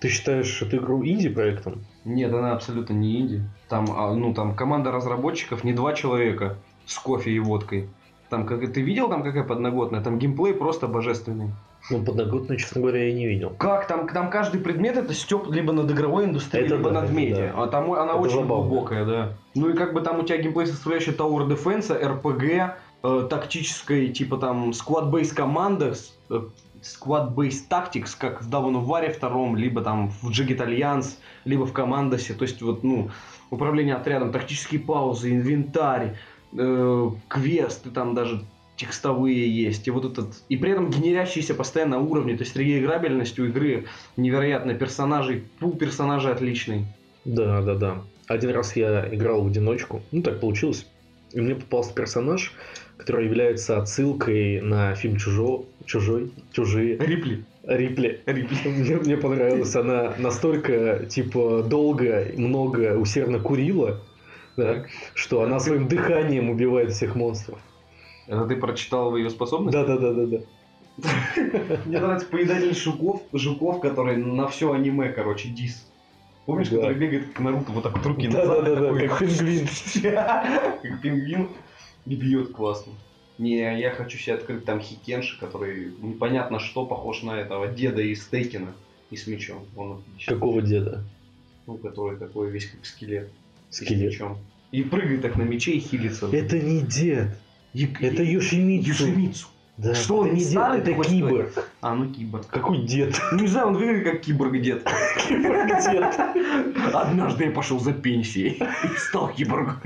Speaker 2: Ты считаешь эту игру инди-проектом?
Speaker 7: Нет, она абсолютно не инди. Там, а, ну, там команда разработчиков не два человека с кофе и водкой. Там, как ты видел, там какая подноготная? Там геймплей просто божественный.
Speaker 2: Ну, подноготную, честно говоря, я не видел.
Speaker 7: Как там, там каждый предмет это степ либо над игровой индустрией,
Speaker 2: Это
Speaker 7: либо
Speaker 2: да,
Speaker 7: над
Speaker 2: это
Speaker 7: медиа.
Speaker 2: да.
Speaker 7: А там о- она
Speaker 2: Это
Speaker 7: очень
Speaker 2: забавно.
Speaker 7: глубокая, да. Ну и как бы там у тебя геймплей составляющий Tower Defense, RPG, э, тактической, типа там Squad Base Commander, с- э, Squad Base Tactics, как в Dawn of War втором, либо там в Jagged Alliance, либо в Командосе. То есть вот, ну, управление отрядом, тактические паузы, инвентарь, э, квесты там даже
Speaker 1: текстовые есть, и вот этот, и при этом генерящиеся постоянно уровни, то есть реиграбельность у игры невероятная, персонажей, пул персонажей отличный.
Speaker 2: Да, да, да. Один раз я играл в одиночку, ну так получилось, и мне попался персонаж, который является отсылкой на фильм «Чужо», «Чужой», «Чужие»,
Speaker 1: Рипли.
Speaker 2: Рипли. (laughs) Мне, мне понравилось, она настолько, типа, долго, много, усердно курила, да, что она своим дыханием убивает всех монстров.
Speaker 1: Это ты прочитал ее способность?
Speaker 2: Да-да-да-да-да.
Speaker 1: Мне нравится поедатель жуков, жуков, который на все аниме, короче, дис. Помнишь,
Speaker 2: Да.
Speaker 1: который бегает как Наруто, вот так вот руки назад.
Speaker 2: Да-да-да,
Speaker 1: такой,
Speaker 2: как пингвин.
Speaker 1: (laughs) Как пингвин. И бьет классно. Не, я хочу себе открыть там Хикенши, который непонятно что похож на этого деда из Текина и с мечом. Он отличный.
Speaker 2: Какого деда?
Speaker 1: Ну, который такой весь как скелет. и С
Speaker 2: Скелет.
Speaker 1: мечом. И прыгает так на мече и хилится.
Speaker 2: Это не дед,
Speaker 1: Ек-
Speaker 2: это Юшимицу.
Speaker 1: Юшимицу.
Speaker 2: Да.
Speaker 1: Что, он
Speaker 2: это
Speaker 1: не
Speaker 2: не дед,
Speaker 1: старый
Speaker 2: это
Speaker 1: такой, что ли?
Speaker 2: киборг.
Speaker 1: А, ну киборг.
Speaker 2: Какой дед?
Speaker 1: Ну, (laughs) не знаю, он выглядит как
Speaker 2: (laughs)
Speaker 1: киборг-дед.
Speaker 2: Дед.
Speaker 1: Однажды я пошел за пенсией и стал
Speaker 2: (laughs)
Speaker 1: киборгом.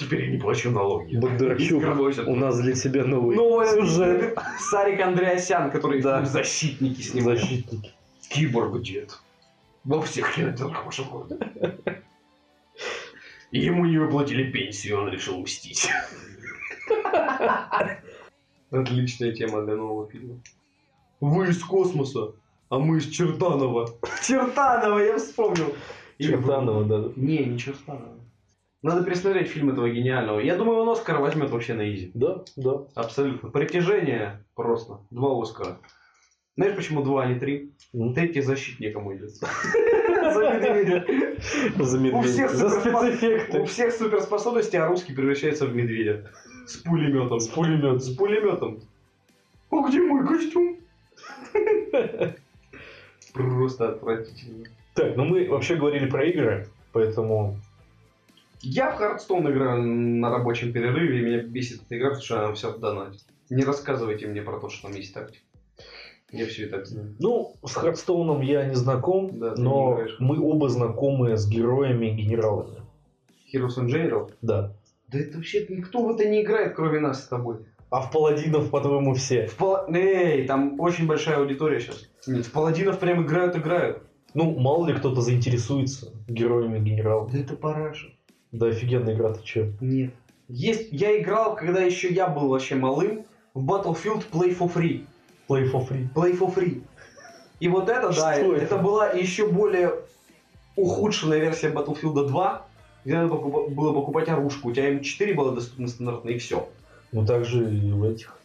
Speaker 1: Теперь я а не плачу налоги.
Speaker 2: Бондарчук, у нас для тебя новый
Speaker 1: Ну,
Speaker 2: сюжет.
Speaker 1: сюжет. Сарик Андреасян, который ну, защитники с ним.
Speaker 2: Защитники.
Speaker 1: Киборг-дед. Во всех кинотеатрах прошлого года. И Ему не выплатили пенсию, он решил мстить. Отличная тема для нового фильма. Вы из космоса, а мы из Чертанова. Чертанова, я вспомнил.
Speaker 2: Чертанова, да.
Speaker 1: Не, не Чертанова. Надо пересмотреть фильм этого гениального. Я думаю, он Оскар возьмет вообще на изи.
Speaker 2: Да, да.
Speaker 1: Абсолютно. Притяжение просто. Два Оскара. Знаешь, почему два, а не три?
Speaker 2: М.
Speaker 1: Третий защитником (laughs) уйдет.
Speaker 2: (laughs)
Speaker 1: За медведя.
Speaker 2: За
Speaker 1: У всех
Speaker 2: медведя. За
Speaker 1: суперспос-
Speaker 2: спецэффекты.
Speaker 1: У всех суперспособности, а русский превращается в медведя. С пулеметом. С пулеметом. С пулеметом. А где мой костюм? (laughs) Просто отвратительно.
Speaker 2: Так, ну мы вообще говорили про игры, поэтому...
Speaker 1: Я в Хардстоун играю на рабочем перерыве, и меня бесит эта игра, потому что она все донатит. Не рассказывайте мне про то, что там есть тактика. Я все и так знаю.
Speaker 2: Ну, с Хардстоуном я не знаком,
Speaker 1: Да, ты не
Speaker 2: но
Speaker 1: играешь.
Speaker 2: мы оба знакомы с героями и генералами.
Speaker 1: Heroes and General?
Speaker 2: Да.
Speaker 1: Да это вообще никто в это не играет, кроме нас с тобой.
Speaker 2: А в паладинов, по-твоему, все.
Speaker 1: В пала- Эй, там очень большая аудитория сейчас. Нет, в паладинов прям играют, играют.
Speaker 2: Ну, мало ли кто-то заинтересуется героями генералов.
Speaker 1: Да это параша.
Speaker 2: Да офигенная игра, ты че?
Speaker 1: Нет. Есть, я играл, когда еще я был вообще малым, в Battlefield Play for Free.
Speaker 2: Play for free.
Speaker 1: Play for Free. И вот это, да,
Speaker 2: Что
Speaker 1: это?
Speaker 2: это?
Speaker 1: была еще более ухудшенная версия Battlefield 2, где надо покупа- было покупать оружку. У тебя М4 было доступно стандартно, и все.
Speaker 2: Ну, так же и в этих.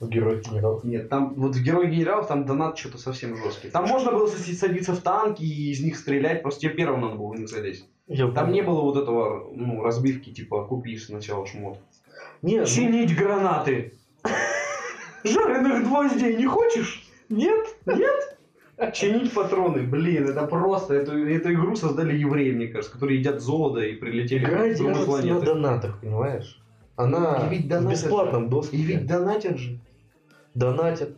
Speaker 2: В героях генералов.
Speaker 1: Нет, там вот в Герой Генералов там донат что-то совсем жесткий. Там можно было соси- садиться в танки и из них стрелять, просто тебе первым надо было в них залезть.
Speaker 2: Я
Speaker 1: Там не было вот этого, ну, разбивки, типа, купи сначала шмот.
Speaker 2: Нет, ну,
Speaker 1: Чинить гранаты. Жареных гвоздей не хочешь? Нет? Нет? Чинить патроны. Блин, это просто, эту, эту игру создали евреи, мне кажется, которые едят золото и прилетели
Speaker 2: игра
Speaker 1: с другой
Speaker 2: держится на
Speaker 1: планеты.
Speaker 2: донатах, понимаешь? Она
Speaker 1: И ведь
Speaker 2: в
Speaker 1: донатят
Speaker 2: бесплатном доступе.
Speaker 1: И ведь донатят же.
Speaker 2: Донатят.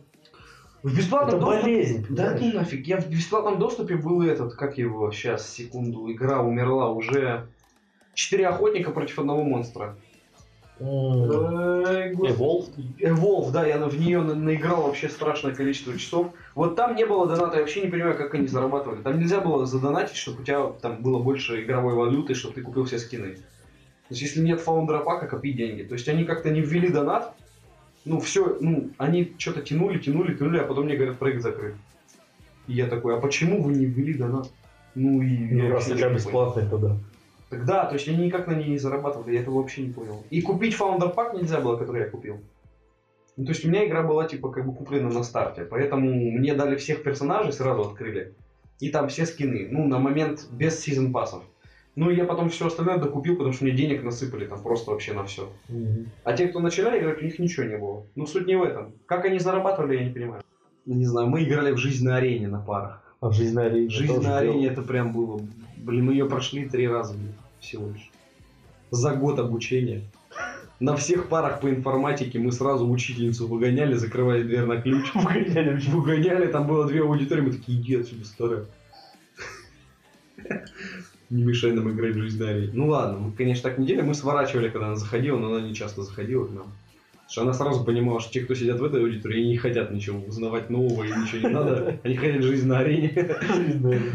Speaker 1: В бесплатном
Speaker 2: Это
Speaker 1: доступе-
Speaker 2: болезнь,
Speaker 1: Да
Speaker 2: понимаешь?
Speaker 1: ну нафиг, я в бесплатном доступе был этот, как его, сейчас, секунду, игра умерла уже. Четыре охотника против одного монстра.
Speaker 2: М,
Speaker 1: Эй, господи.
Speaker 2: Evolved.
Speaker 1: Evolve, да, я на- в нее на- наиграл вообще страшное количество часов. Вот там не было доната, я вообще не понимаю, как они зарабатывали. Там нельзя было задонатить, чтобы у тебя там было больше игровой валюты, чтобы ты купил все скины. То есть, если нет фаундера пака, копи деньги. То есть, они как-то не ввели донат, ну, все, ну, они что-то тянули, тянули, тянули, а потом мне говорят, проект закрыт. И я такой, а почему вы не ввели донат? Ну, и...
Speaker 2: Ну,
Speaker 1: я
Speaker 2: раз
Speaker 1: вообще ничего
Speaker 2: игра
Speaker 1: не понял.
Speaker 2: бесплатная, то да.
Speaker 1: Да, то есть они никак на ней не зарабатывали, я этого вообще не понял. И купить Founder Pack нельзя было, который я купил. Ну, то есть у меня игра была типа как бы куплена на старте, поэтому мне дали всех персонажей, сразу открыли. И там все скины, ну, на момент без сезон пассов. Ну, и я потом все остальное докупил, потому что мне денег насыпали там просто вообще на все.
Speaker 2: М.
Speaker 1: А те, кто начинали играть, у них ничего не было. Ну, суть не в этом. Как они зарабатывали, я не понимаю. Ну, Не знаю, мы играли в жизнь на арене на парах.
Speaker 2: А жизнь на арене
Speaker 1: Жизнь
Speaker 2: тоже
Speaker 1: на
Speaker 2: дело.
Speaker 1: арене это прям было. Блин, мы ее прошли три раза блин, всего лишь. За год обучения. На всех парах по информатике мы сразу учительницу выгоняли, закрывали дверь на ключ. Выгоняли. Выгоняли, там было две аудитории, мы такие, иди отсюда, старая.
Speaker 7: Не мешай нам играть в жизнь Арии. Ну ладно, мы, конечно, так не делали. Мы сворачивали, когда она заходила, но она не часто заходила к нам. Потому что она сразу понимала, что те, кто сидят в этой аудитории, они не хотят ничего узнавать нового, и ничего не надо. Они хотят жизнь на арене.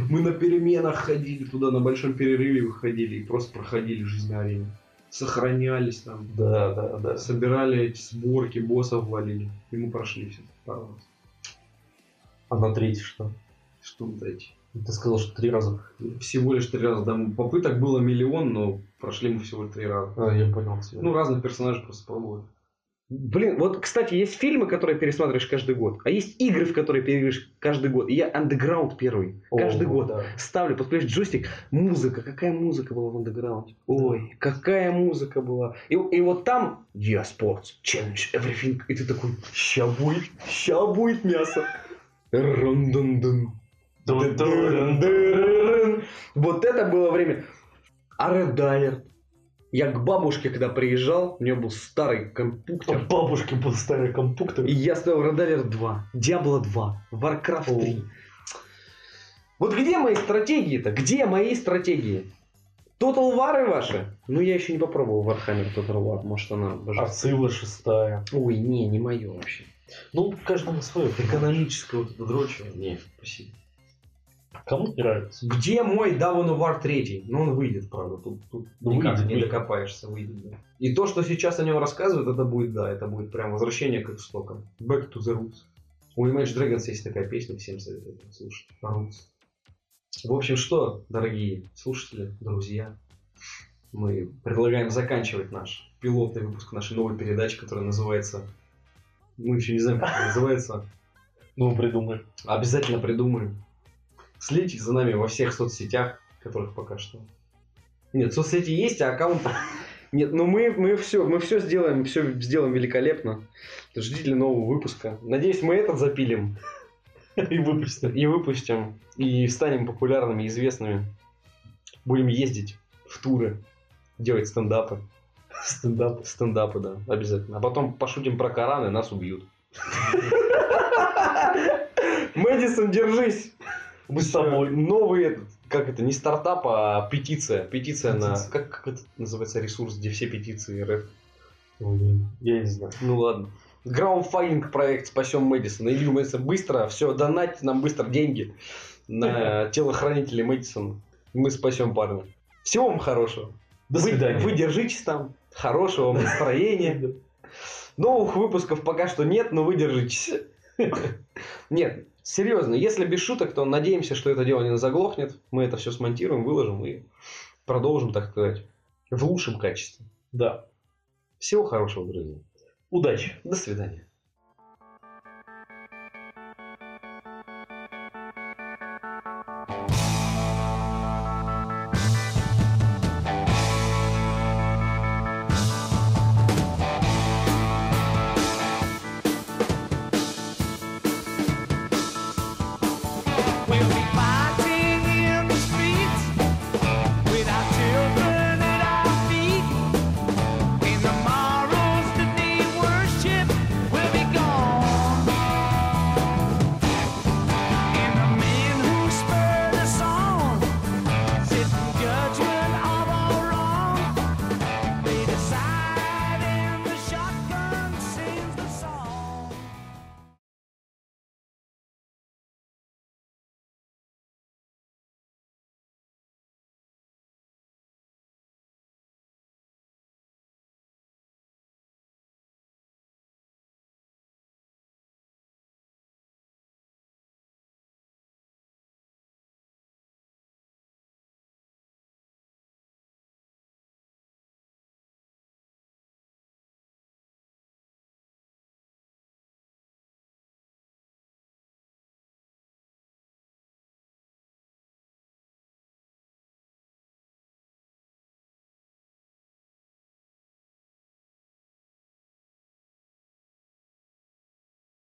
Speaker 7: Мы на переменах ходили туда, на большом перерыве выходили и просто проходили жизнь на арене. Сохранялись там,
Speaker 8: Да, да, да.
Speaker 7: собирали эти сборки, боссов валили. И мы прошли все. Пару раз.
Speaker 8: А на третий что?
Speaker 7: Что мы дайте?
Speaker 8: Ты сказал, что три раза.
Speaker 7: Всего лишь три раза. Там попыток было миллион, но прошли мы всего три раза.
Speaker 8: А, я понял тебя.
Speaker 7: Ну, разных персонажей просто пробовали.
Speaker 1: Блин, вот, кстати, есть фильмы, которые пересматриваешь каждый год, а есть игры, в которые переигрываешь каждый год. И я Underground первый,
Speaker 8: О,
Speaker 1: каждый год.
Speaker 8: да.
Speaker 1: Ставлю, подключаешь джойстик, музыка, какая музыка была в Underground? Ой, какая музыка была. И, и вот там, я спорт, челлендж, everything. И ты такой, ща будет, ща будет мясо. Рун-дун-дун. Дун-дун-дун. Вот это было время. А Red Alert? Я к бабушке, когда приезжал, у нее был старый компьютер.
Speaker 8: У бабушки был старый компьютер.
Speaker 1: И я ставил Red Alert 2, Diablo 2, Warcraft 3. Вот где мои стратегии-то? Где мои стратегии? Total War ваши? Ну, я еще не попробовал Warhammer Total War. Может, она божественная.
Speaker 8: Арцила шестая.
Speaker 1: А, Ой, не, не мое вообще.
Speaker 8: Ну, каждому свое.
Speaker 7: Экономического вот это дрочева. Не, спасибо.
Speaker 8: Кому не нравится?
Speaker 7: Где мой Dawn of War 3? Ну, он выйдет, правда. Тут, тут
Speaker 8: Ну,
Speaker 7: никак
Speaker 8: выйдет,
Speaker 7: не
Speaker 8: выйдет.
Speaker 7: докопаешься, выйдет. да. И то, что сейчас о нем рассказывают, это будет, да, это будет прям возвращение к истокам. Back to the roots. У Image Dragons есть такая песня, всем советую слушать. Roots. В общем, что, дорогие слушатели, друзья, мы предлагаем заканчивать наш пилотный выпуск нашей новой передачи, которая называется... Мы еще не знаем, как она называется.
Speaker 8: Ну, придумай.
Speaker 7: Обязательно придумаем. Следите за нами во всех соцсетях, которых пока что. Нет, соцсети есть, а аккаунт...
Speaker 1: (laughs) Нет, ну мы, мы все, мы все сделаем, все сделаем великолепно. Ждите нового выпуска. Надеюсь, мы этот запилим
Speaker 8: (laughs) И выпусти.
Speaker 1: и выпустим. И станем популярными, известными. Будем ездить в туры, делать стендапы.
Speaker 8: Стендап.
Speaker 1: Стендапы, да, обязательно. А потом пошутим про Коран, и нас убьют. Мэдисон, держись!
Speaker 8: Мы с тобой.
Speaker 1: Новый, этот, как это, не стартап, а петиция. Петиция на...
Speaker 8: Петиция.
Speaker 1: Как, как это называется ресурс, где все петиции? рэп?
Speaker 8: Блин, Я не знаю.
Speaker 1: Ну ладно. Граундфайлинг проект «Спасем Мэдисона». Илью Мэдисона быстро, все, донатьте нам быстро деньги на телохранителей Мэдисона. Мы спасем парня. Всего вам хорошего.
Speaker 8: До
Speaker 1: Вы-
Speaker 8: свидания.
Speaker 1: Вы, держитесь там. Хорошего вам настроения. Новых выпусков пока что нет, но вы держитесь. (laughs) Нет, серьезно, если без шуток, то надеемся, что это дело не заглохнет. Мы это все смонтируем, выложим и продолжим, так сказать, в лучшем качестве.
Speaker 8: Да.
Speaker 1: Всего хорошего, друзья.
Speaker 8: Удачи.
Speaker 1: До свидания.